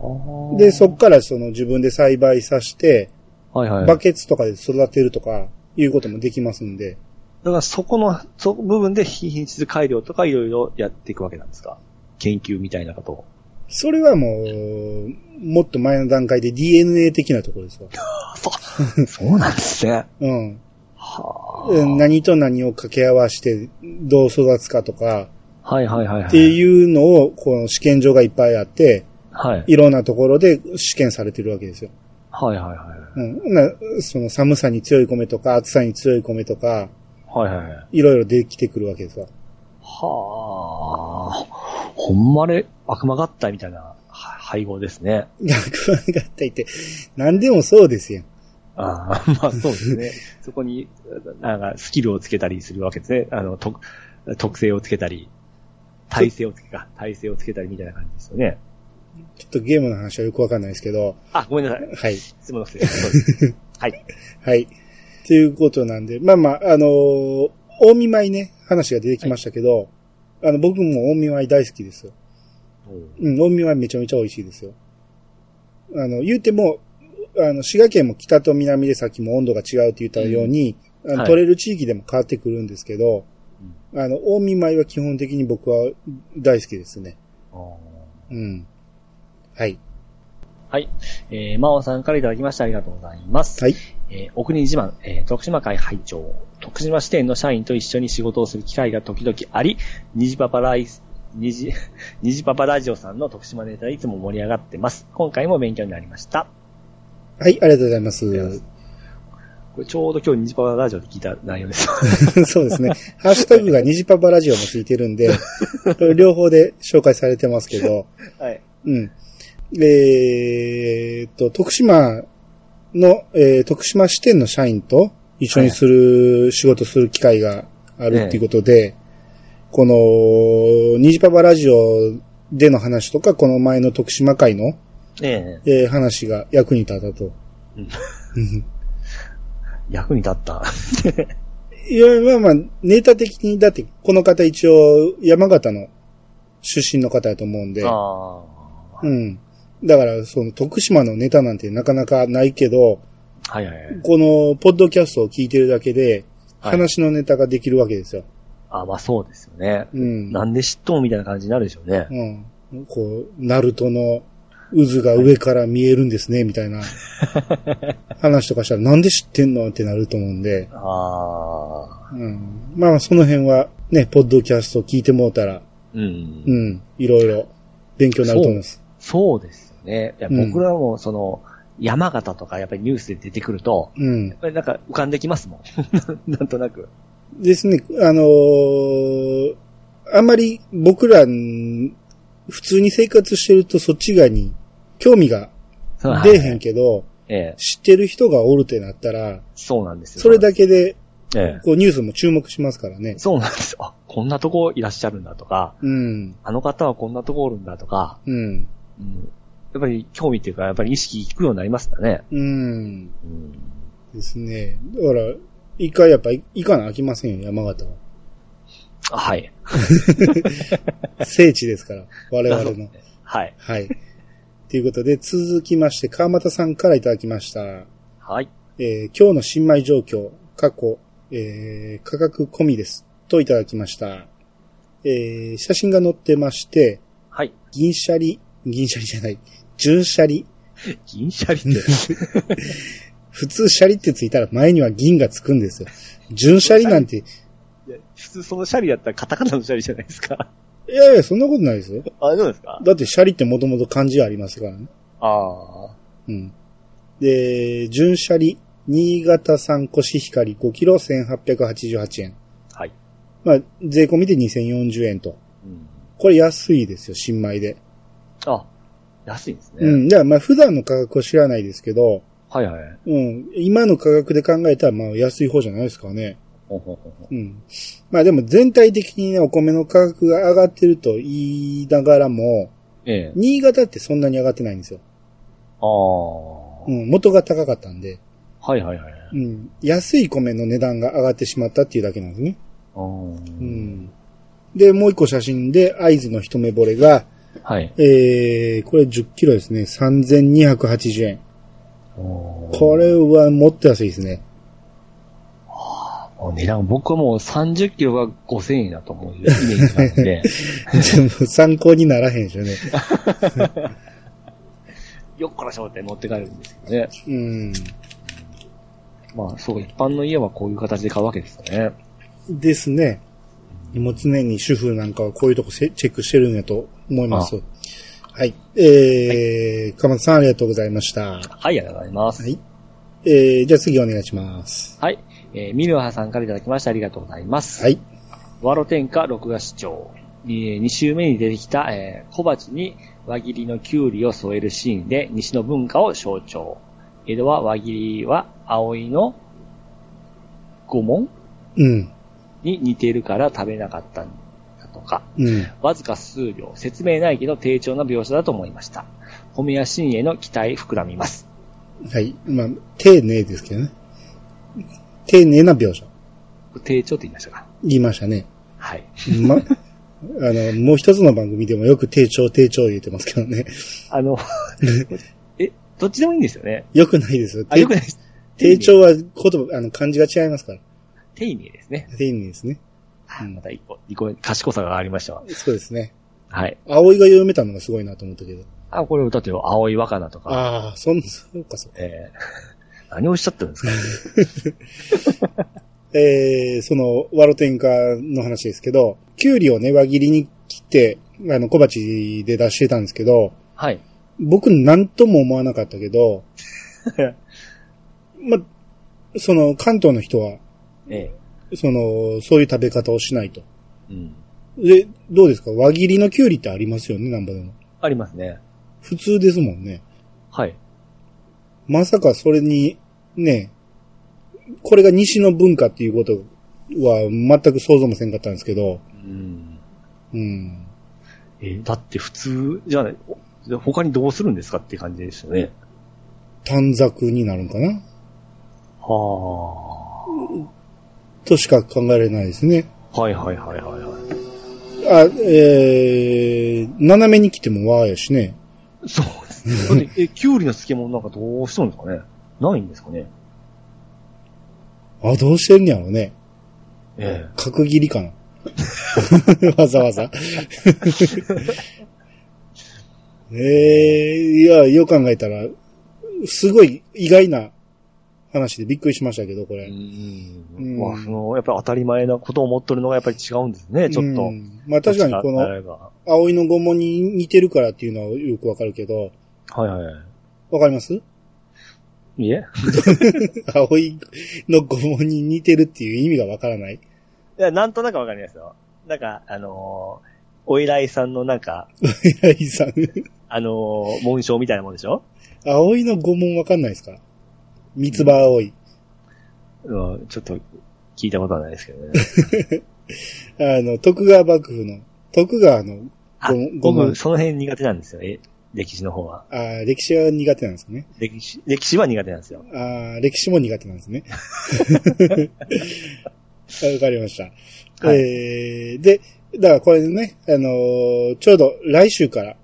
あーで、そっからその自分で栽培させて、はいはい。バケツとかで育てるとか、いうこともできますんで、だからそこの、そこ部分で品質改良とかいろいろやっていくわけなんですか研究みたいなことを。それはもう、もっと前の段階で DNA 的なところですわ。 そうなんですね。うん。はうん何と何を掛け合わせて、どう育つかとか、あ。はいはいはいはい。っていうのを、この試験場がいっぱいあって、はい。いろんなところで試験されてるわけですよ。はいはいはい。うん。な、その寒さに強い米とか、暑さに強い米とか、はいはいはい。いろいろできてくるわけですわ。 はあ。ほんまれ悪魔合体みたいなは配合ですね。学問合体って、何でもそうですよ。ああ、 まあそうですね。そこに、なんかスキルをつけたりするわけですね。あの、特、特性をつけたり、体勢をつけか、体勢をつけたりみたいな感じですよね。ちょっとゲームの話はよくわかんないですけど、あ、ごめんなさい。はい。質問の失礼そうです。はい。はい。ということなんで、まあまあ、あのー大見舞いね、話が出てきましたけど、あの、僕も大見舞い大好きですよ。うん、大見舞いめちゃめちゃ美味しいですよ。あの、言うても、あの、滋賀県も北と南でさっきも温度が違うって言ったように、んあのはい取れる地域でも変わってくるんですけど、あの、大見舞いは基本的に僕は大好きですね。うん。はい。はい。 えー、真央さんからいただきましてありがとうございます。はい。えー、お国自慢、えー、徳島会会長。徳島支店の社員と一緒に仕事をする機会が時々あり、虹パパライス、 虹、虹パパラジオさんの徳島ネタでいつも盛り上がってます。今回も勉強になりました。はい、ありがとうございます。これちょうど今日虹パパラジオで聞いた内容です。 そうですね。ハッシュタグがニジパパラジオもついてるんで、 両方で紹介されてますけど、はい。うん。えーっと、徳島の、えー徳島支店の社員と一緒にする、仕事する機会があるっていうことで、この、ニジパパラジオでの話とか、この前の徳島会の、 えええー話が役に立ったと。うん役に立った。 いや、まあまあ、ネタ的に、だって、この方一応、山形の出身の方やと思うんで、ああ。うん。だから、その、徳島のネタなんてなかなかないけど、はいはいはい。この、ポッドキャストを聞いてるだけで、はい話のネタができるわけですよ。あまあそうですよね。うん。なんで知っとんみたいな感じになるでしょうね。うん。こう、ナルトの渦が上から見えるんですね、みたい な話とかしたら、なんで知ってんのってなると思うんで、ああ。うん。まあ、その辺は、ね、ポッドキャスト聞いてもうたら、うん。うん、いろいろ勉強になると思います。そうですよね。いやうん僕らも、その、山形とかやっぱりニュースで出てくると、うんやっ。ぱりなんか浮かんできますもん。 なんとなく。ですね、あのーあんまり僕ら、ん普通に生活してるとそっち側に興味が出えへんけど、ええ。知ってる人がおるってなったら、そうなんですよ。それだけで、け。えこうニュースも注目しますからねえ。。そうなんですよ。あ、こんなとこいらっしゃるんだとか、うん、あの方はこんなとこおるんだとか、うん、うん、やっぱり興味っていうか、やっぱり意識いくようになりましたね。うん。うん。ですね。だから、一回やっぱ行かなあきませんよ、山形は。あはい。聖地ですから、我々の。はい。はい。ということで、続きまして、川又さんからいただきました。はい。えー今日の新米状況、過去、えー価格込みです。といただきました。えー写真が載ってまして、はい。銀シャリ、銀シャリじゃない、純シャリ。銀シャリって。 普通シャリってついたら前には銀がつくんですよ。純シャリなんて、いいや普通そのシャリだったらカタカナのシャリじゃないですか。やいや、そんなことないですよ。あ、そうですかだってシャリってもともと漢字ありますからね。ああ。うん。で、純シャリ、新潟産コシヒカリ5キロ1888円。はい。まあ、税込みで2040円と。うん。これ安いですよ、新米で。あ、安いんですね。うん。じゃあ、まあ、普段の価格を知らないですけど、はいはい。うん。今の価格で考えたら、まあ、安い方じゃないですかね。ほんほんほんほんうん。まあ、でも全体的にね、お米の価格が上がってると言いながらも、ええ。新潟ってそんなに上がってないんですよ。ああ。うん。元が高かったんで、はいはいはい。うん。安い米の値段が上がってしまったっていうだけなんですね。あーうん。で、もう一個写真で、合図の一目惚れが、はい。えー、これ10キロですね。3280円。おこれは持ってらしいですね。 もう値段、僕はもう30キロが5000円だと思うイメージなんで、でも参考にならへんでしょうね。 よっこらしょって持って帰るんですけどね。うん。まあ、そう、一般の家はこういう形で買うわけですよね。ですね。もう常に主婦なんかはこういうとこせチェックしてるんやと思います。はい。えー、かまさんありがとうございました。はい、ありがとうございます。はい。えー、じゃあ次お願いします。はい。えー、ミルハさんからいただきましてありがとうございます。はい。ワロ天下録画視聴。え2週目に出てきた、えー小鉢に輪切りのキュウリを添えるシーンで西の文化を象徴。江戸は輪切りは葵の御門うん。に似ているから食べなかったんだとか。うん。わずか数秒、説明ないけど丁重な描写だと思いました。米やシーンへの期待膨らみます。はい。まあ、丁寧ですけどね。丁寧な描写。丁重って言いましたか言いましたね。はい。ま、あ の、もう一つの番組でもよく丁重丁重言ってますけどね。 あの、 え、どっちでもいいんですよね。よくないですよ。あ、よくないです。丁重は言葉、あの、漢字が違いますから。丁寧ですね。丁寧ですね。また一個、二個、賢さがありましたわ。そうですね。はい。葵が読めたのがすごいなと思ったけど。あ、これ歌ってよ、青い若菜とか、ああ、そん、 そうかそうか。えー 何をおっしゃってるんですかえー、その、ワロテンカの話ですけど、キュウリをね、輪切りに切って、あの、小鉢で出してたんですけど、はい。僕なんとも思わなかったけど、ま、その、関東の人は、えその、そういう食べ方をしないと。えうん。で、どうですか輪切りのキュウリってありますよね、なんぼでも。ありますね。普通ですもんね。はい。まさかそれに、ね、これが西の文化っていうことは全く想像もせんかったんですけど、うん。うん。えーだって普通じゃない、おじゃあ他にどうするんですかって感じですよね。短冊になるんかなはとしか考えられないですね。あ。はいはいはいはいはあ、えー、斜めに来てもわーやしね。い。そうで すね。だってえ、キュウリの漬物なんかどうしとるんですかねないんですかねあ、どうしてんねやろね。え角切りかな。 わざわざ。 えー、いや、よく考えたら、すごい意外な話でびっくりしましたけど、こえれ。うん。まあ、その、やっぱり当たり前なことを思っとるのがやっぱり違うんですね、ちょっうと。んまあ確かにこあの、れが葵の御門に似てるからっていうのはよくわかるけど、はいはいはい。わかりますいいえ葵の御門に似てるっていう意味がわからない。 いや、なんとなくわかりますよ。なんか、あのーお依頼さんのなんか、平井さん。あのー紋章みたいなもんでしょ葵の御門わかんないですか三つ葉葵。うん、ちょっと、聞いたことはないです けどね。あの、徳川幕府の、徳川のあごめんごめん僕、その辺苦手なんですよ。え、歴史の方は。あー歴史は苦手なんですね。歴史、歴史は苦手なんですよ。あー歴史も苦手なんですね。 わかりました。はいえーで、だからこれね、あのーちょうど来週から、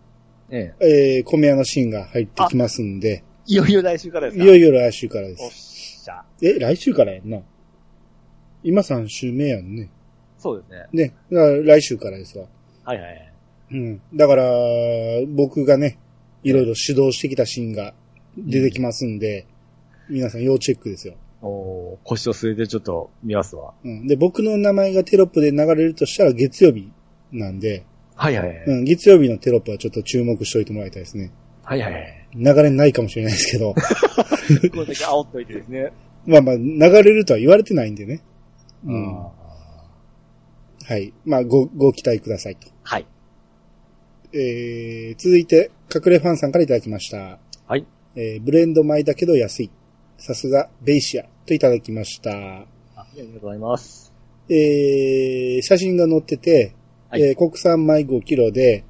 ええ。えー、米屋のシーンが入ってきますんで、いよいよ来週からですいかよいよ来週からでおっす。しゃ。え、来週からやんな。今3週目やんね。そうですね。ね、だから来週からですわ。はいはいはい。うん。だから、僕がね、いろいろ指導してきたシーンが出てきますんで、皆さん要チェックですよ。おー腰を据えてちょっと見ますわ。うん。で、僕の名前がテロップで流れるとしたら月曜日なんで、はいはいはい。うん、月曜日のテロップはちょっと注目しておいてもらいたいですね。はいはい はい。流れないかもしれないですけど、 この時煽っといてですね。まあまあ、流れるとは言われてないんでね。うん。あーはい。まあ、ご、ご期待くださいと。はい。えー、続いて、隠れファンさんからいただきました。はい。えー、ブレンド米だけど安い。さすが、ベイシアといただきました。あありがとうございます。えー、写真が載ってて、はいえー国産米5キロで、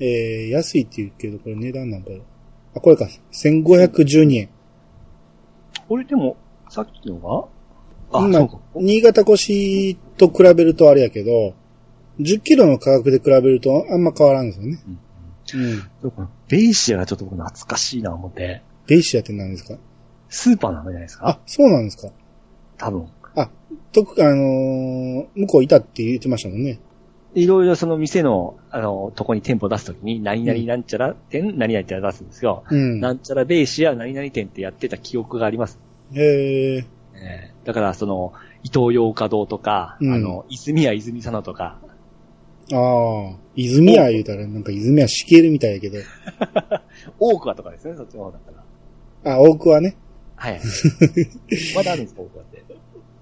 えー、安いって言うけど、これ値段なんだろう。あ、これか。1512円。これでも、さっきのが今新潟越しと比べるとあれやけど、10キロの価格で比べるとあんま変わらんですよね。うんうん。そうか。ベイシアがちょっと僕懐かしいな思って。ベイシアって何ですかスーパーなんじゃないですあか、そうなんですか。多分。とく、あのー向こういたって言ってましたもんね。いろいろその店の、あの、とこに店舗出すときに、何々なんちゃら店、何々って出すんですよ。うん。なんちゃらベーシア何々店ってやってた記憶があります。えー、えーだから、その、伊東洋華堂とか、うんあの、泉谷泉佐野とか、ああ、泉屋言うたら、なんか泉屋しけるみたいやけど。大桑とかですね、そっちの方だったら。あ、大久はね。 はい。まだあるんですか、大桑って。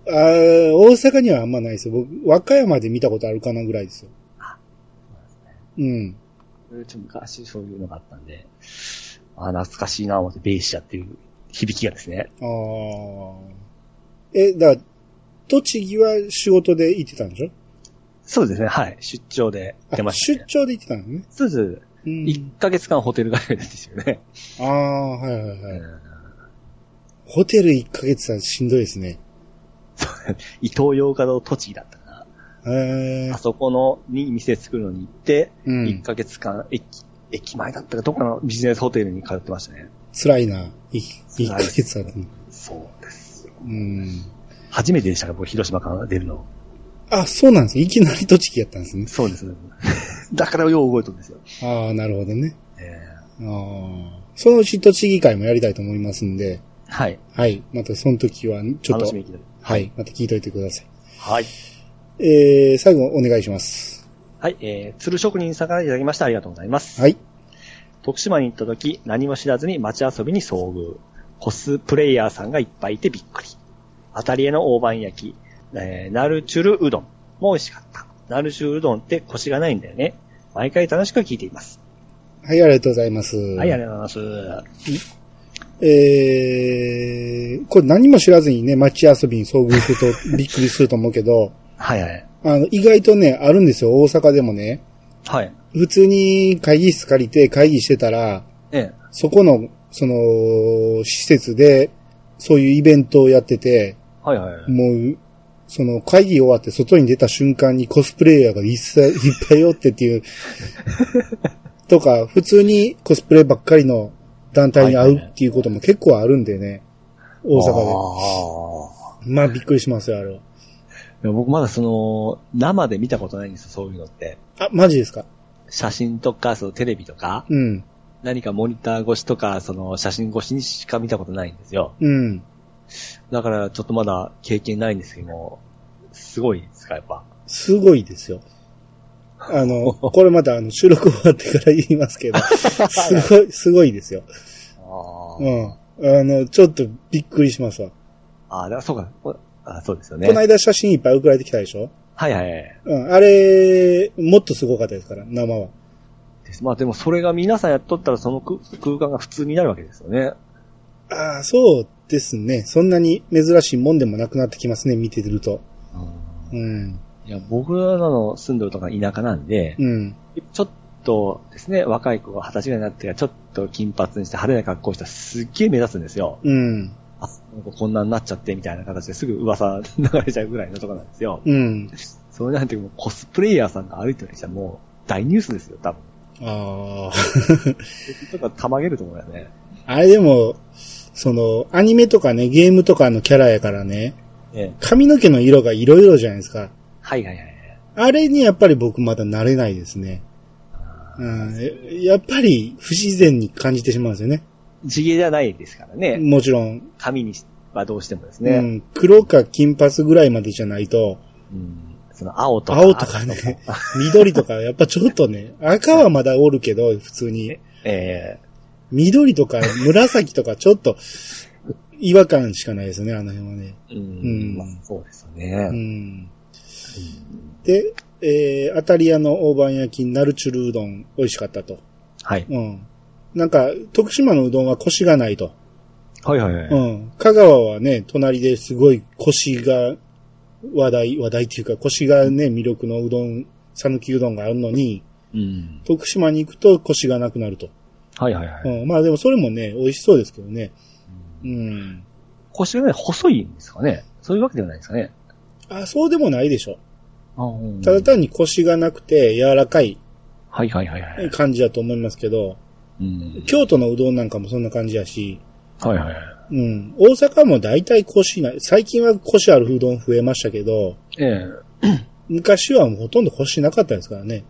あー大阪にはあんまないですよ。僕、和歌山で見たことあるかなぐらいですよ。そうですねうん。うんちょっと昔そういうのがあったんで、あ懐かしいな思って、ベーシアっていう響きがですね。ああ。え、だから、栃木は仕事で行ってたんでしょそうですね、はい。出張で出まあした、出ね。張で行ってたのね。そうです。うん。 1ヶ月間ホテル通いなんですよね。ああ、はいはいはい。うんホテル1ヶ月はしんどいですね。伊東洋華堂栃木だったかな。へえあ。そこの、に店作るのに行って、う1ん。ヶ月間、駅、駅前だったか、どっかのビジネスホテルに通ってましたね。辛いな。い1辛ヶい月は。そうですよ。うん。初めてでしたね、僕、広島から出るの。あ、そうなんですねいきなり栃木やったんですね。そうです。 だからよう動いたんですよ。ああ、なるほどね。えああ。そのうち栃木会もやりたいと思いますんで、ーはい。はい。またその時は、ちょっ楽とし、みに来てる。はい。また聞いといてください。はい。えー、最後お願いします。はい、えー、鶴職人さんからいただきました。ありがとうございます。はい。徳島に行った時、何も知らずに街遊びに遭遇。コスプレイヤーさんがいっぱいいてびっくり。当たり屋の大判焼き、えー、ナルチュルうどんも美味しかった。ナルチュルうどんってコシがないんだよね。毎回楽しく聞いています。はい、ありがとうございます。はい、ありがとうございます。えー、これ何も知らずにね、街遊びに遭遇すると びっくりすると思うけど、はい、はい。あの、意外とね、あるんですよ、大阪でもね。はい。普通に会議室借りて会議してたら、ええ。そこの、その、施設で、そういうイベントをやってて、はい、はい。もう、その会議終わって外に出た瞬間にコスプレイヤーがいっさ いっぱいおってっていう、とか、普通にコスプレばっかりの団体に会うっていうことも結構あるんでね、大阪阪で。まあびっくりしますよ、あれは。で。僕まだその、生で見たことないんですよ、そういうのって。あ、マジですか写真とか、そのテレビとか。うん。何かモニター越しとか、その写真越しにしか見たことないんですよ。うん。だからちょっとまだ経験ないんですけども、すごいですか、やっぱ。すごいですよ。あ の、これまたあの収録終わってから言います けど、すごい、すごいですよ。あうん。あの、ちょっとびっくりしますわ。あー、だからそうか。こあそうですよねこの。間写真いっぱい送られてきたでしょはいはいはい。うん、あれ、もっとすごかったですから、生は。ですまあでもそれが皆さんやっとったらその空空間が普通になるわけですよね。ああ、そうですね。そんなに珍しいもんでもなくなってきますね、見てると。うん。いや、僕らの住んでるとか田舎なんで、うん。ちょっとですね、若い子が二十歳ぐらいになってからちょっと金髪にして派手な格好をしたらすっげえ目立つんですよ。うん。あ、なんかこんなになっちゃってみたいな形ですぐ噂 流れちゃうぐらいのとこなんですよ。うん。それなんてもうコスプレイヤーさんが歩いてる人はもう大ニュースですよ、多分。ああ。とかたまげると思うよね。 あれでも、その、アニメとかね、ゲームとかのキャラやからね、ええ。髪の毛の色がいろいろじゃないですか。はいはいはい。あれにやっぱり僕まだ慣れないですね。うん。えやっぱり不自然に感じてしまうんですよね。地毛じゃないですからね。もちろん。髪にはどうしてもですうね。ん。黒か金髪ぐらいまでじゃないと、うん。その青とか。青とかね赤とか。緑とか、やっぱちょっとね、赤はまだおるけど、普通に。ええ緑とか紫とか、ちょっと、違和感しかないですよね、あの辺はね。うん。うんまあそうですようね。ん。で、えー、アタリアの大判焼き、ナルチュルうどん、美味しかったと。はい。うん。なんか、徳島のうどんはコシがないと。はいはいはうい。ん。香川はね、隣ですごいコシが、話題、話題っていうか、コシがね、魅力のうどん、讃岐うどんがあるのに、うん。徳島に行くとコシがなくなると。はいはいはい。うん、まあでもそれもね、美味しそうですけどね。うん。腰がね、細いんですかね。そういうわけではないですかね。あ、そうでもないでしょ。うんただ単に腰がなくて柔らかいはいはいはいはい。感じだと思いますけど、うん。京都のうどんなんかもそんな感じやし、はいはいはい。うん。大阪も大体コシない。最近はコシあるうどん増えましたけど、ええ。昔はもうほとんどコシなかったですからね。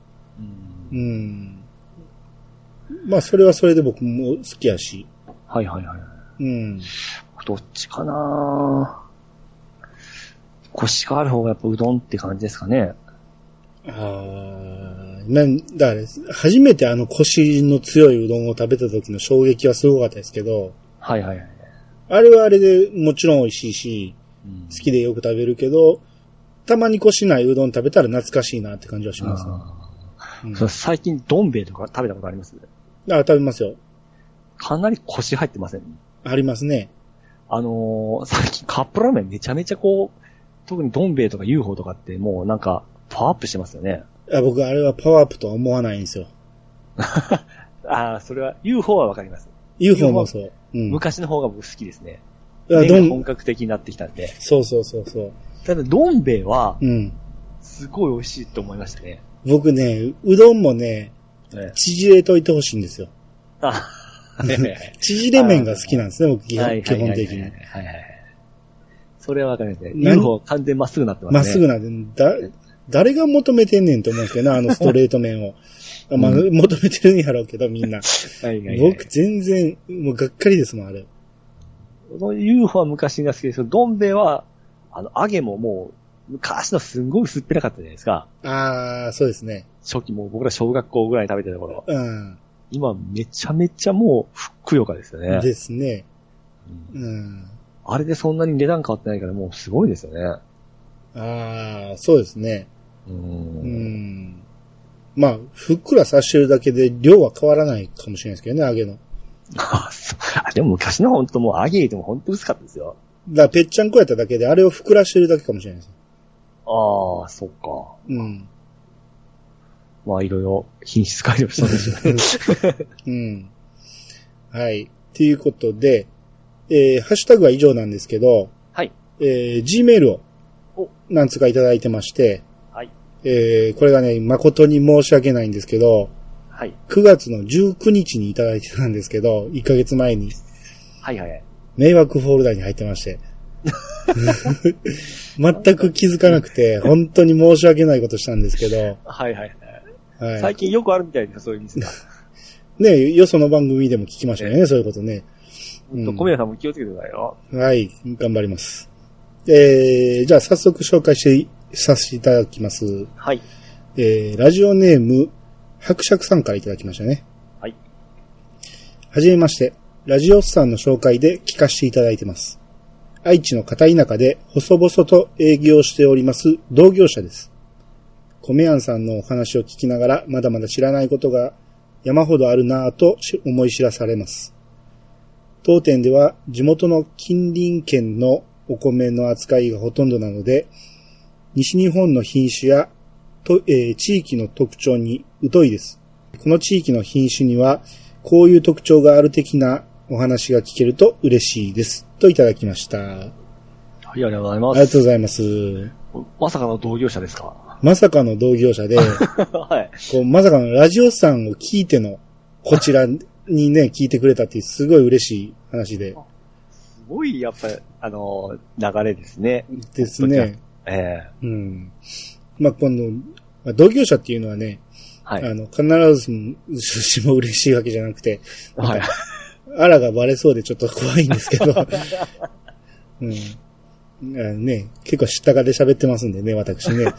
ううんん。まあ、それはそれで僕も好きやし。はいはいはい。うん。どっちかなコシがある方がやっぱうどんって感じですかね。ああ、なん、だから、初めてあのコシの強いうどんを食べた時の衝撃はすごかったですけど、はいはいはい。あれはあれでもちろん美味しいし、うん好きでよく食べるけど、たまにコシないうどん食べたら懐かしいなって感じはしますね。あうんーそう最近、どん兵衛とか食べたことありますあ、食べますよ。かなり腰入ってませんありますね。あのー、最近カップラーメンめちゃめちゃこう、特にどん兵衛とか UFO とかってもうなんか、パワーアップしてますよね。あ僕、あれはパワーアップとは思わないんですよ。ああ、それは、UFO はわかります。 UFO もそう。うん。昔の方が僕好きですね。あど麺が本ん、格的になってきたんで。そうそうそうそう。ただ、どん兵衛は、うん。すごい美味しいと思いましたね。僕ね、うどんもね、ね縮れといてほしいんですよ。あ、縮れ麺が好きなんですね、僕、基は本い基本的にはい。はいはいはい。それはわかりますね。なん UFO 完全まっすぐになってますね。まっすぐなんで、だ、誰が求めてんねんと思うんですけど な、あのストレート麺を。うんまあ、求めてるんやろうけど、みんな。はいはいはい僕、全然、もうがっかりですもん、あれ。この UFO は昔が好きですけど、どん兵衛は、あの、揚げももう、昔のすんごい薄っぺらかったじゃないですか。あー、そうですね。初期もう僕ら小学校ぐらいに食べてた頃。うん。今めちゃめちゃもうふっくよかですよね。ですね。うんうん。あれでそんなに値段変わってないからもうすごいですよね。あー、そうですね。う。うんん。まあ、ふっくらさしてるだけで量は変わらないかもしれないですけどね、揚げの。 あそうあでも昔の本当もう揚げ入れても本当薄かったですよ。だから、ぺっちゃんこやっただけで、あれをふくらしてるだけかもしれないです。ああ、そっか。うん。まあいろいろ品質改良したんでしょうね。うん。はい。ということで、えー、ハッシュタグは以上なんですけど、はい。えー、Gmail をお、なんつうかいただいてまして、はい。えー、これがね、誠に申し訳ないんですけど、 はい。 9月の19日にいただいてたんですけど、1ヶ月前に、はいはいはい。迷惑フォルダに入ってま して。全く気づかなくて、本当に申し訳ないことしたんですけど、はいはいはい。は最い。近よくあるみたいですよ、そういうミスが。ね、よその番組でも聞きましたよね、そういうことね。うん小宮さんも気をつけてくださいよ。はい、頑張ります。えー、じゃあ早速紹介して、させていただきます。はい。えー、ラジオネーム、伯爵さんからいただきましたね。はい。はじめまして、ラジオスさんの紹介で聞かせていただいてます。愛知の片田舎で細々と営業しております同業者です。米庵さんのお話を聞きながらまだまだ知らないことが山ほどあるなぁとし思い知らされます。当店では地元の近隣県のお米の扱いがほとんどなので、西日本の品種やと、えー地域の特徴に疎いです。この地域の品種には、こういう特徴がある的なお話が聞けると嬉しいです。といただきました。あはい、ありがとうございまりがとす。うございます。まさかの同業者ですかまさかの同業 者で、はい。こうまさかのラジオさんを聞いての、こちらにね、聞いてくれたっていうすごい嬉しい話で、すごい、やっぱり、あのー、流れですね。ですね。ええうん。まあ、この、まあ同業者っていうのはね、はい。あの、必ずしも嬉しいわけじゃなくて、はい。あらがバレそうでちょっと怖いんですけど。 うん。あのね、結構知ったかで喋ってますんでね、私ね。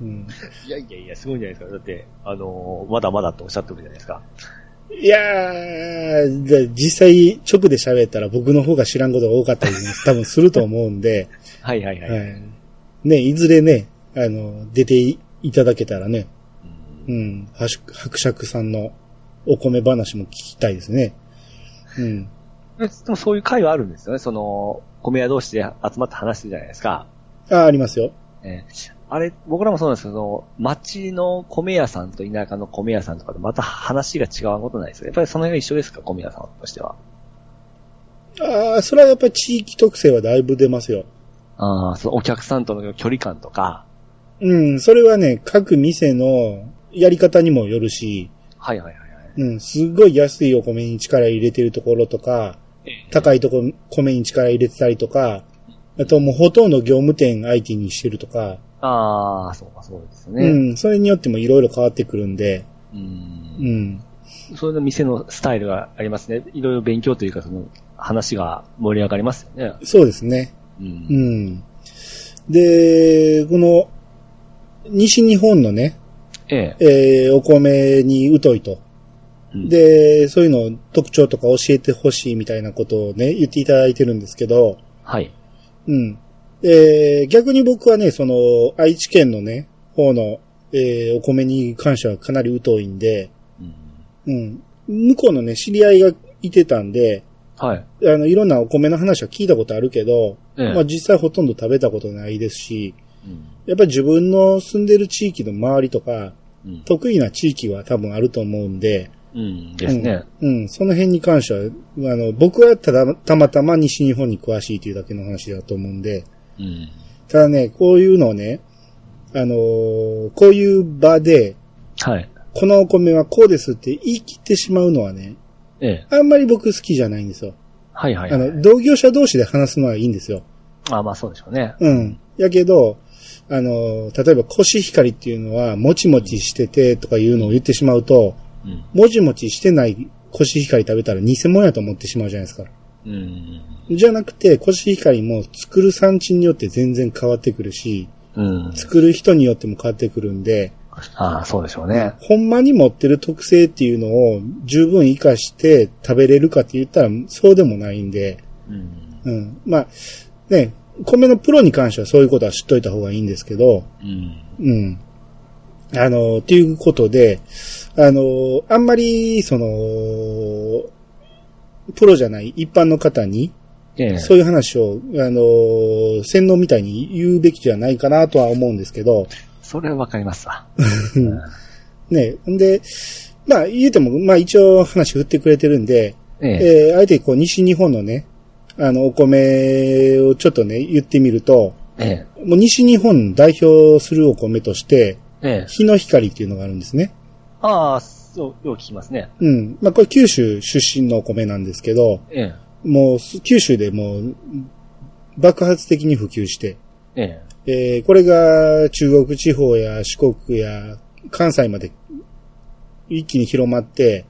うん、いやいやいや、すごいんじゃないですか。だって、あのー、まだまだとおっしゃってるじゃないですか。いやー、じゃあ実際直で喋ったら僕の方が知らんことが多かったり、多分すると思うんで、はいはいはい。はいね、いずれね、あの、出ていただけたらね、うんうん、はし伯爵さんのお米話も聞きたいですね。うん。でもそういう会はあるんですよね。その、米屋同士で集まって話してるじゃないですか。あ、ありますよ。えーあれ、僕らもそうなんですけど、町の米屋さんと田舎の米屋さんとかでまた話が違うことないですかやっぱりその辺が一緒ですか米屋さんとしては。ああ、それはやっぱり地域特性はだいぶ出ますよ。ああ、そのお客さんとの距離感とか。うん、それはね、各店のやり方にもよるし、はいはいはいはい。うん、すごい安いお米に力入れてるところとか、高いとこ、米に力入れてたりとか、あともうほとんど業務店相手にしてるとか、ああ、そうか、そうですようね。ん、それによってもいろいろ変わってくるんで、う。うんん、それの店のスタイルがありますね。いろいろ勉強というか、その、話が盛り上がりますよね。そうですね。う。うんん。で、この、西日本のね、ええ。えーお米に疎いと。うん、で、そういうのを特徴とか教えてほしいみたいなことをね、言っていただいてるんですけど、はい。うん。えー逆に僕はね、その、愛知県のね、方の、えーお米に関してはかなり疎いんで、うん、うん。向こうのね、知り合いがいてたんで、はい。あの、いろんなお米の話は聞いたことあるけど、ええ。まあ実際ほとんど食べたことないですし、うんやっぱり自分の住んでる地域の周りとか、うん。得意な地域は多分あると思うんで、うん。ですね。うん、その辺に関しては、あの、僕はただ、たまたま西日本に詳しいというだけの話だと思うんで、うん。ただね、こういうのをね、あのーこういう場で、はい。このお米はこうですって言い切ってしまうのはね、ええ。あんまり僕好きじゃないんですよ。はいはい、あはい。の、同業者同士で話すのはいいんですよ。あまあそうでしょうね。うん。やけど、あのー例えばコシヒカリっていうのは、もちもちしててとかいうのを言ってしまうと、うん。もちもちしてないコシヒカリ食べたら偽物やと思ってしまうじゃないですか。うん。じゃなくて、コシヒカリも作る産地によって全然変わってくるし、うん。作る人によっても変わってくるんで、ああ、そうでしょうね。ほんまに持ってる特性っていうのを十分活かして食べれるかって言ったらそうでもないんで、うん。うん。まあ、ね、米のプロに関してはそういうことは知っといた方がいいんですけど、うん。うん。あの、っていうことで、あの、あんまり、その、プロじゃない一般の方に、ええ。そういう話を、あの、洗脳みたいに言うべきじゃないかなとは思うんですけど、それはわかりますわ。ね、んで、まあ言うても、まあ一応話振ってくれてるんで、ええ。えー、あえてこう西日本のね、あの、お米をちょっとね、言ってみると、ええ。もう西日本代表するお米として、ええ。日の光っていうのがあるんですね。ああ、そう、よく聞きますね。うん。まあこれ九州出身のお米なんですけど、ええ。もうす九州でもう爆発的に普及して、ええ。えーこれが中国地方や四国や関西まで一気に広まって、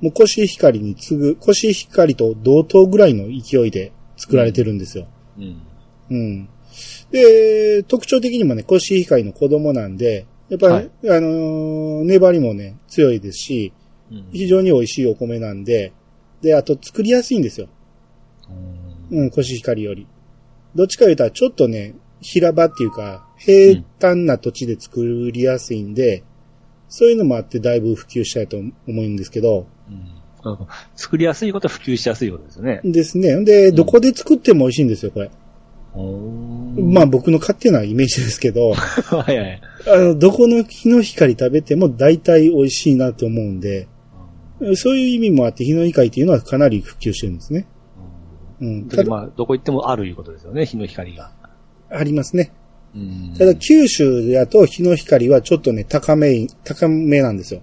もうコシヒカリに次ぐ、コシヒカリと同等ぐらいの勢いで作られてるんですよ。うん。うん。で、特徴的にもね、コシヒカリの子供なんで、やっぱり、はいあのー粘りもね、強いですし、うん非常に美味しいお米なんで、で、あと作りやすいんですよ。うんうん、コシヒカリより。どっちか言うたら、ちょっとね、平場っていうか、平坦な土地で作りやすいんで、そういうのもあってだいぶ普及したいと思うんですけど、うんあの作りやすいことは普及しやすいことですよね。ですね。で、どこで作っても美味しいんですよ、これ。まあ僕の勝手なイメージですけ ど、ああ、はいはい。の、どこの日の光食べても大体美味しいなと思うんで、そういう意味もあって日の光っていうのはかなり普及してるんですね。うん。たでだ、まあ、どこ行ってもあるいうことですよね、日の光が。ありますね。うんただ九州だと日の光はちょっとね、高め、高めなんですよ。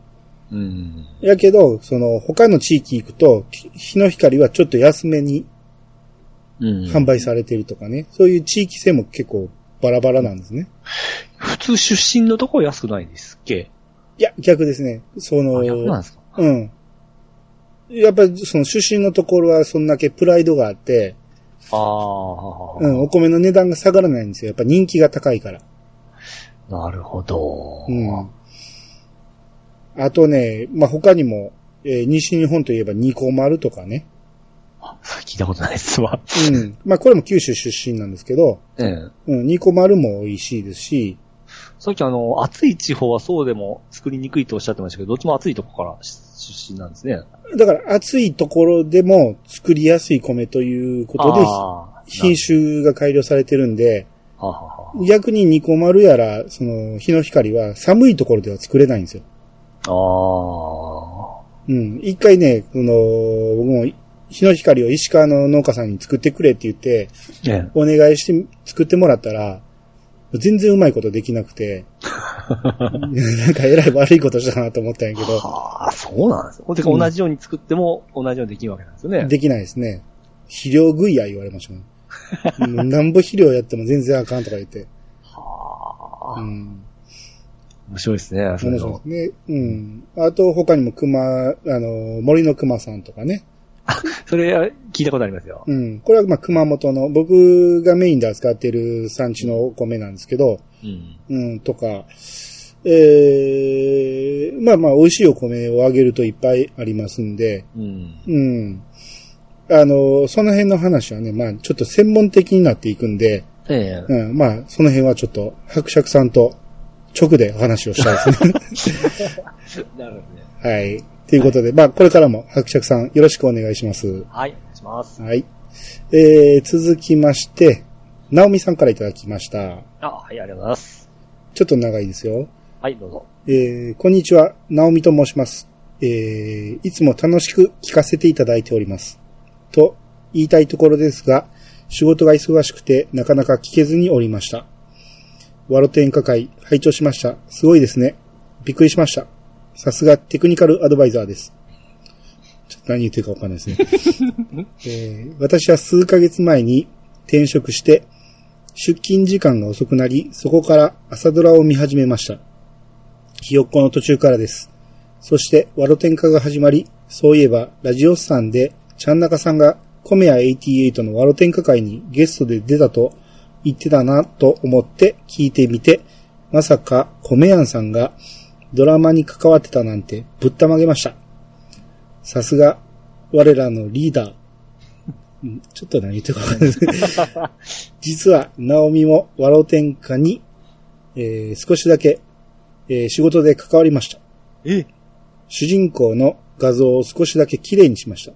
うん。やけど、その、他の地域行くと、き日の光はちょっと安めにうん販売されてるとかね、そういう地域性も結構バラバラなんですね。普通出身のとこ安くないですっけいや、逆ですね。その、あ、逆なんうですかん。やっぱり、その出身のところはそんだけプライドがあって、ああ、うん、お米の値段が下がらないんですよ。やっぱ人気が高いから。なるほど。うん。あとね、まあ、他にも、えー西日本といえば二高丸とかね。 それ聞いたことないっすわ。うん。まあ、これも九州出身なんですけど、ええ。うん、二高丸も美味しいですし、さっきあの、暑い地方はそうでも作りにくいとおっしゃってましたけど、どっちも暑いとこから出身なんですね。だから暑いところでも作りやすい米ということあで、品種が改良されてるんで、ーはあはあは逆にニコマルやら、その、日の光は寒いところでは作れないんですよ。あ。あうん。一回ね、その、僕も日の光を石川の農家さんに作ってくれって言って、あ。えお願いして作ってもらったら、全然うまいことできなくて、なんかえらい悪いことしたかなと思ったんやえ。けど、はあ、そうなんですよ。これで同じように作っても同じようにできるわけなんですよね。できないですね。肥料食いや言われましたもん。 もうなんぼ肥料やっても全然あかんとか言って。はうあ。ん。面白いですね、それ面白いの。ですね。うん。あと他にも熊、あの、森の熊さんとかね。それ、聞いたことありますよ。うん。これはまあ熊本の、僕がメインで扱っている産地のお米なんですけど、うん。うん、とか、えー、まあまあ美味しいお米をあげるといっぱいありますんで、うん。うん。あの、その辺の話はね、まあちょっと専門的になっていくんで、ええ。うん、まあその辺はちょっと伯爵さんと直でお話をしたいですね。なるほどね。はい。ということで、まあ、これからも伯爵さんよろしくお願いします。はい、お願いします。はい。えー、続きまして、ナオミさんからいただきました。あ、はい、ありがとうございます。ちょっと長いですよ。はい、どうぞ。えー、こんにちは、ナオミと申します。えー、いつも楽しく聞かせていただいております。と言いたいところですが、仕事が忙しくてなかなか聞けずにおりました。ワロテンカ会、拝聴しました。すごいですね。びっくりしました。さすがテクニカルアドバイザーです。ちょっと何言ってるかわかんないですね、えー私は数ヶ月前に転職して、出勤時間が遅くなり、そこから朝ドラを見始めました。ひよっこの途中からです。そして、ワロテンカが始まり、そういえば、ラジオスさんで、ちゃんなかさんが、コメア88のワロテンカ会にゲストで出たと言ってたなと思って聞いてみて、まさかコメアンさんがドラマに関わってたなんてぶったまげました。さすが、我らのリーダー。うんちょっと何言ってるかわかんないですけど実は、ナオミもワロテンカに、えー少しだけえー仕事で関わりました。え主人公の画像を少しだけ綺麗にしました。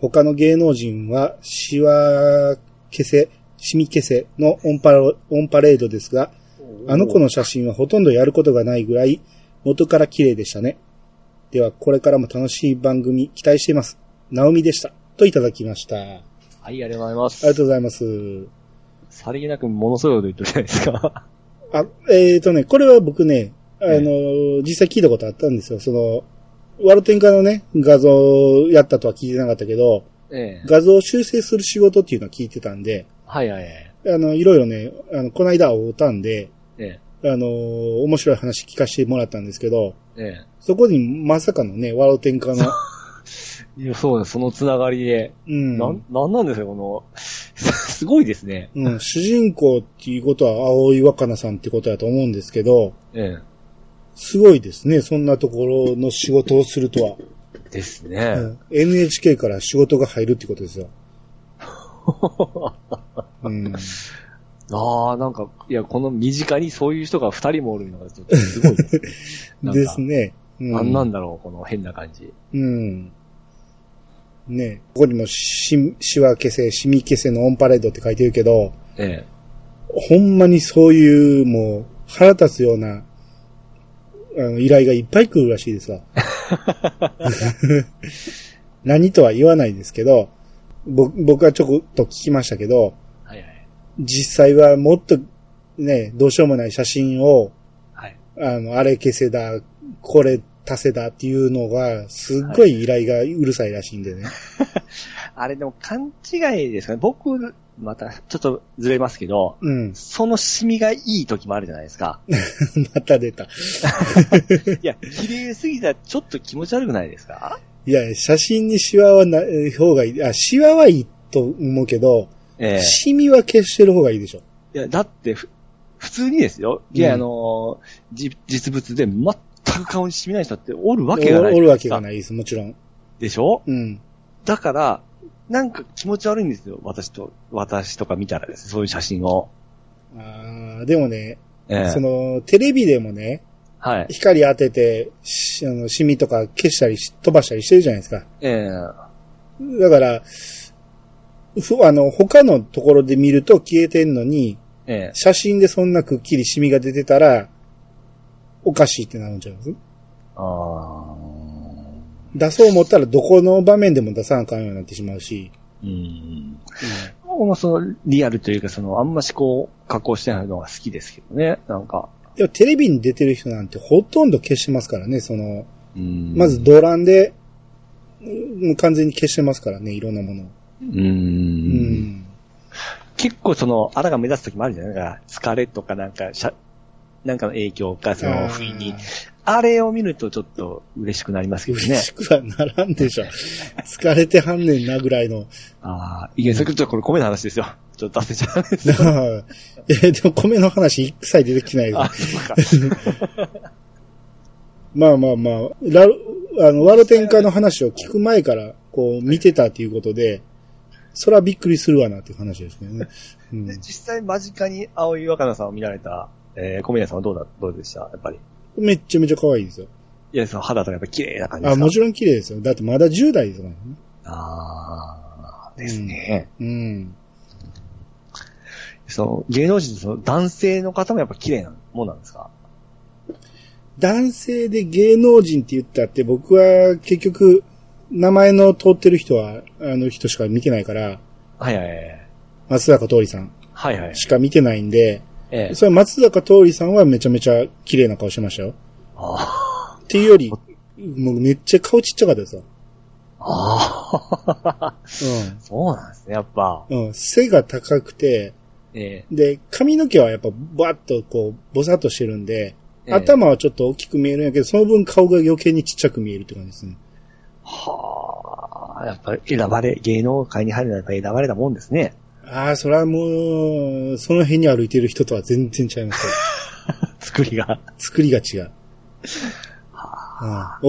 他の芸能人は、シワ消せ、シミ消せのオンパロオンパレードですが、あの子の写真はほとんどやることがないぐらい元から綺麗でしたね。では、これからも楽しい番組期待しています。ナオミでした。といただきました。ありはい、ありがとうございます。がとうございます。さりげなくものすごいこと言ってるじゃないですか。あ、えーとね、これは僕ね、あのー、実際聞いたことあったんですよ。その、ワルテンカのね、画像をやったとは聞いてなかったけど、 ええ。画像を修正する仕事っていうのは聞いてたんで、はいはいはい。あの、いろいろね、あの、この間会うたんで、ええ。あのー、面白い話聞かせてもらったんですけど、ええ。そこにまさかのね、ワルテンカ の、いや、そうです。そのつながりで。うん。なん、なんなんですよ、この、 すごいですね。うん、主人公っていうことは青井若菜さんってことだと思うんですけど、えすごいですね、そんなところの仕事をするとは。え。ですね。うん NHK から仕事が入るってことです よ。うん、ああ、なんか、いや、この身近にそういう人が二人もおるのが、ちょっとすごいです ね。なんかですね。うん、なんなんだろう、この変な感じ。うん。ねここにもし、しわ消せ、しみ消せのオンパレードって書いてるけど、ええ。ほんまにそういう、もう、腹立つような、あの、依頼がいっぱい来るらしい ですわ。 何とは言わないですけど、ぼ僕はちょこっと聞きましたけど、はいはい。実際はもっと、ね、どうしようもない写真を、はい。あの、あれ消せだ、これ足せだっていうのが、すっごい依頼がうるさいらしいんでね。あれでも勘違いですかね。僕、また、ちょっとずれますけど、うん。 そのシミがいい時もあるじゃないですか。また出た。いや、綺麗すぎたらちょっと気持ち悪くないですかいや、写真にシワはな、えー方がいい。あ、シワはいいと思うけど、ええ。シミは消してる方がいいでしょ。いや、だってふ、普通にですよ。いや、うんあのーじ、実物で全く顔に染みない人っておるわけがないおおるわけがい。ないです、もちろん。でしょうん。だから、なんか気持ち悪いんですよ。私と、私とか見たらですねそういう写真を。あーでもね、ええその、テレビでもね、はい。光当てて、しあの、シミとか消したりし、飛ばしたりしてるじゃないですか。ええだから、ふあの、他のところで見ると消えてんのに、ええ写真でそんなくっきりシミが出てたら、おかしいってなるんちゃいますああ。出そう思ったらどこの場面でも出さなあかんようになってしまうし。うん。僕もその、リアルというか、その、あんましこう、加工してないのが好きですけどね。なんか。でもテレビに出てる人なんてほとんど消してますからね、その、うんまず、ドランで、うん完全に消してますからね、いろんなものを。う。うんん。結構その、あらが目立つ時もあるじゃないですか。疲れとかなんか、しゃ、なんかの影響か、その、不意にあ。ーあれを見るとちょっと嬉しくなりますけどね嬉。しくはならんでしょ。疲れてはんねんなぐらいの。ああ、いや、それちょっとこれ米の話ですよ。 ちょっと脱線しちゃうんですなあ えでも米の話一切出てきてないけどあ、そうか。まあまあまあ、ラルあの、ワロ展開の話を聞く前から、こう、見てたっていうことで、そらびっくりするわなっていう話ですけどね。うんで実際間近に青井若菜さんを見られた、えー、小宮さんはどうだ、どうでしたやっぱり。めっちゃめちゃ可愛いですよ。いや、その肌とかやっぱ綺麗な感じであ、すかもちろん綺麗ですよ。だってまだ10代ですもんね。ああ、ですね。うん。その、芸能人のその男性の方もやっぱ綺麗なもんなんですか男性で芸能人って言ったって、僕は結局、名前の通ってる人は、あの人しか見てないから、はいはいはい。松坂桃李さんはいはい。しか見てないんで、ええ。それは松坂桃李さんはめちゃめちゃ綺麗な顔してましたよ。あっていうより、もうめっちゃ顔ちっちゃかったですよ。あ。ああ。そうなんですね、やっぱ。うん。うん。背が高くて、えで、髪の毛はやっぱバッとこう、ボサッとしてるんで、え。頭はちょっと大きく見えるんやけど、その分顔が余計にちっちゃく見えるって感じですね。はあ。やっぱり選ばれ、芸能界に入るのはやっぱり選ばれたもんですね。ああ、それはもう、その辺に歩いてる人とは全然違いますよ。作りが。作りが違 う。うん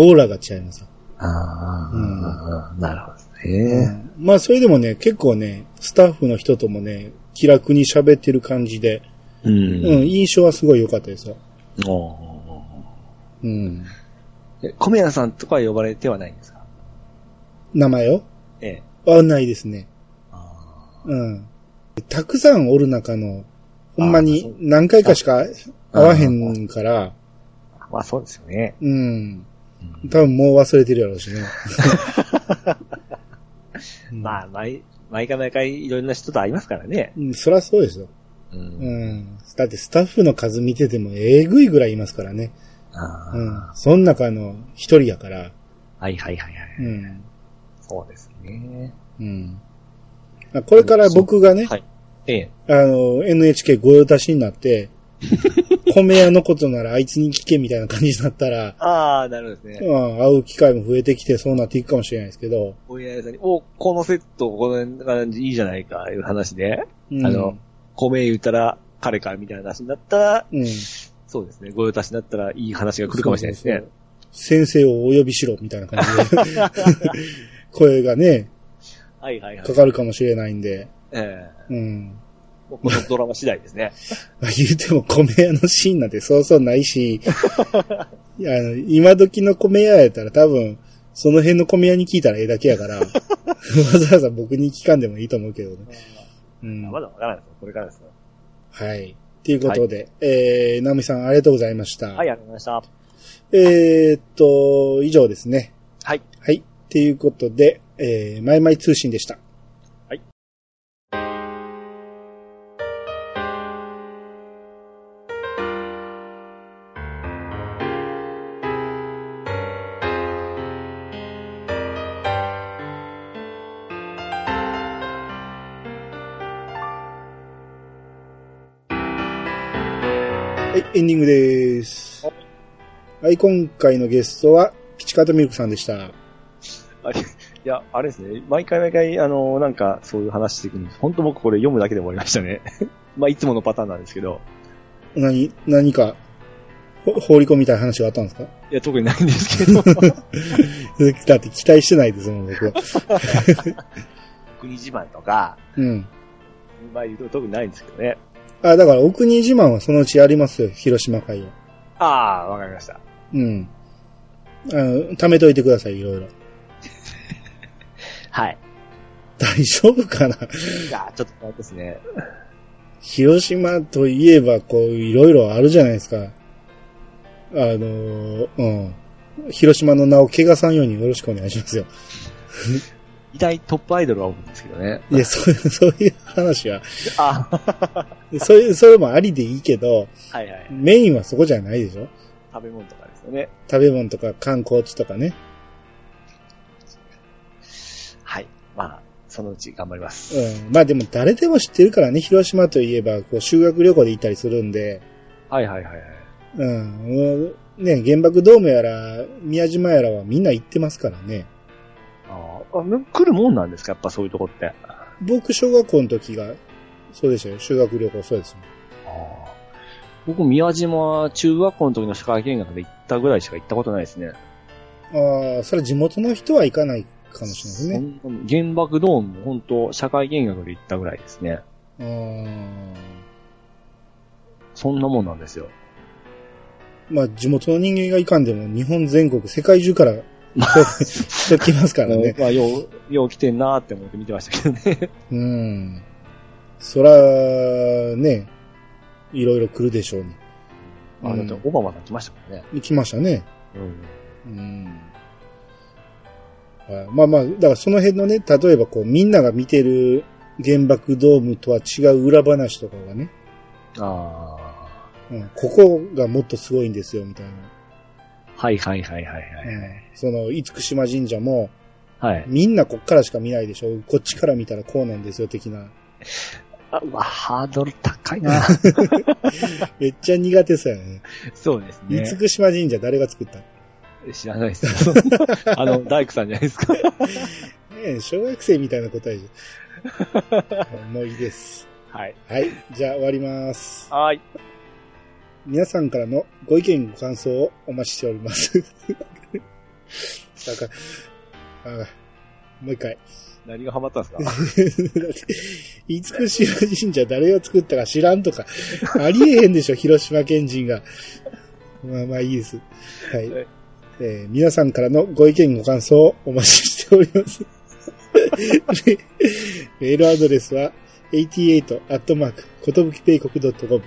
オーラが違いますよ。ああ、なるほどうね。んまあ、それでもね、結構ね、スタッフの人ともね、気楽に喋ってる感じで、う。うんん、印象はすごい良かったですよ。おうん。ーえ小宮さんとかは呼ばれてはないんですか名前をええ。あ、ないですね。あうん。たくさんおる中の、ほんまあそうに何回かしか会わへんから、ーまあそうですよね。うん。うん多分もう忘れてるやろうし ね。まあ。あ、毎、毎回毎回いろんな人と会いますからね。うん、そらそうですよ。う。うんん。だってスタッフの数見ててもえぐいぐらいいますからね。あうんー。そん中の一人やから。はいはいはいはい。うん。そうですね。うん。あこれから僕がね、はいええ。あの、NHK 御用達にな って、米屋のことならあいつに聞けみたいな感じになったら、ああ、なるほどですね。うん、会う機会も増えてきてそうなっていくかもしれないですけど、おやさんに、お、このセット、この感じいいじゃないか、いう話で、うん、あの、米言ったら彼か、みたいな話になったら、うん、そうですね、ご用達になったらいい話が来るかもしれないですねそう。先生をお呼びしろみたいな感じ で、 声がね、はいはいはいか。かるかもしれないんで、えうん。えもうこのドラマ次第ですね。まあ、言うても米屋のシーンなんてそうそうない し、いやあの今時の米屋やったら多分、その辺の米屋に聞いたらええだけや から、わざわざ僕に聞かんでもいいと思うけどね。うん、まはだわからないですよこれからですよい。ということで、えー、ナミさんありがとうございました。はい、ありがとうございましえー、っと、以上ですね。た。はい。はい。ということで、えー、マイマイ通信でした。はい。はい、エンディングです。はい、今回のゲストは、ピチカートミルクさんでした。あれいや、あれですね。毎回毎回、あの、なんか、そういう話していくんです。本当僕これ読むだけで終わりましたね。 まあ、いつものパターンなんですけど。何、何か、ほ放り込みたい話があったんですか いや、特にないんですけど。だって期待してないですもん、僕は。国自慢とか、うん。まあ、言うと特にないんですけどね。あ、だから、お国自慢はそのうちやりますよ、広島会を。ああ、わかりました。うん。あの、貯めといてください、いろいろ。 はい。大丈夫かない や、ちょっとあれですね。広島といえば、こう、いろいろあるじゃないですか。あの、うん。広島の名を怪我さんようによろしくお願いしますよ。偉大トップアイドルは多いんですけどね。いや、そう いう、そういう話は、あそういう、それもありでいいけど、はいはい。メインはそこじゃないでしょ食べ物とかですよね。食べ物とか観光地とかね。はい。まあ、そのうち頑張ります。うん。まあでも誰でも知ってるからね、広島といえば、こう、修学旅行で行ったりするんで、はいはいはいはい。うん。もうね、原爆ドームやら、宮島やらはみんな行ってますからね。あーあ、む来るもんなんですかやっぱそういうとこって。僕、小学校の時が、そうでしたよ。修学旅行、そうですもん。僕、宮島、中学校の時の社会見学で行ったぐらいしか行ったことないですね。ああ、それは地元の人は行かないかもしれないでほん原爆ドームも本当、社会見学で行ったぐらいですね。すね。そんなもんなんですよ。あーまあ、地元の人間が行かんでも、日本全国、世界中から、 人来ますからね。まあ、よう、よう来てんなーって思って見てましたけどね。うん。そら、ね、いろいろ来るでしょうに。あだってオバマさん来ましたもんね。行きましたね。うん。うん。はいまあまあ、だからその辺のね、例えばこう、みんなが見てる原爆ドームとは違う裏話とかがね、あうん、ここがもっとすごいんですよ、みたいな。あ。はいはいはいはいはうい。んその、厳島神社も、はい。みんなこっからしか見ないでしょこっちから見たらこうなんですよ、的な。あうわ、ハードル高いなめっちゃ苦手さよね。 そうですね。厳島神社誰が作った知らないです。 あの、大工さんじゃないですか。ねえ、小学生みたいな答えじゃん。 もういいです。はい。はい。じゃあ終わります。はい。皆さんからのご意見ご感想をお待ちしております。 なんか、あもう一回。何がハマったんですか 厳島神社誰が作ったか知らんとか、ありえへんでしょ、広島県人が。まあまあいいです。はい。はいえー皆さんからのご意見ご感想をお待ちしております。 メメールアドレスは88アットマーク、ことぶき米国 .com。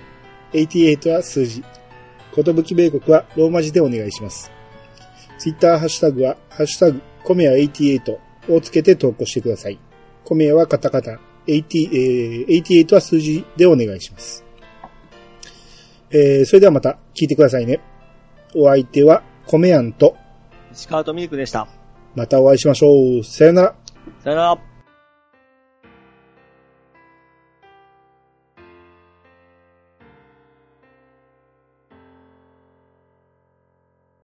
88は数字。ことぶき米国はローマ字でお願いします。ツイッターハッシュタグは、ハッシュタグ、コメア88をつけて投稿してください。コメアはカタカナ、80えー88は数字でお願いします。えーそれではまた聞いてくださいね。お相手はコメアンと、石川とミルクでした。またお会いしましょう。さよなら。さよなら。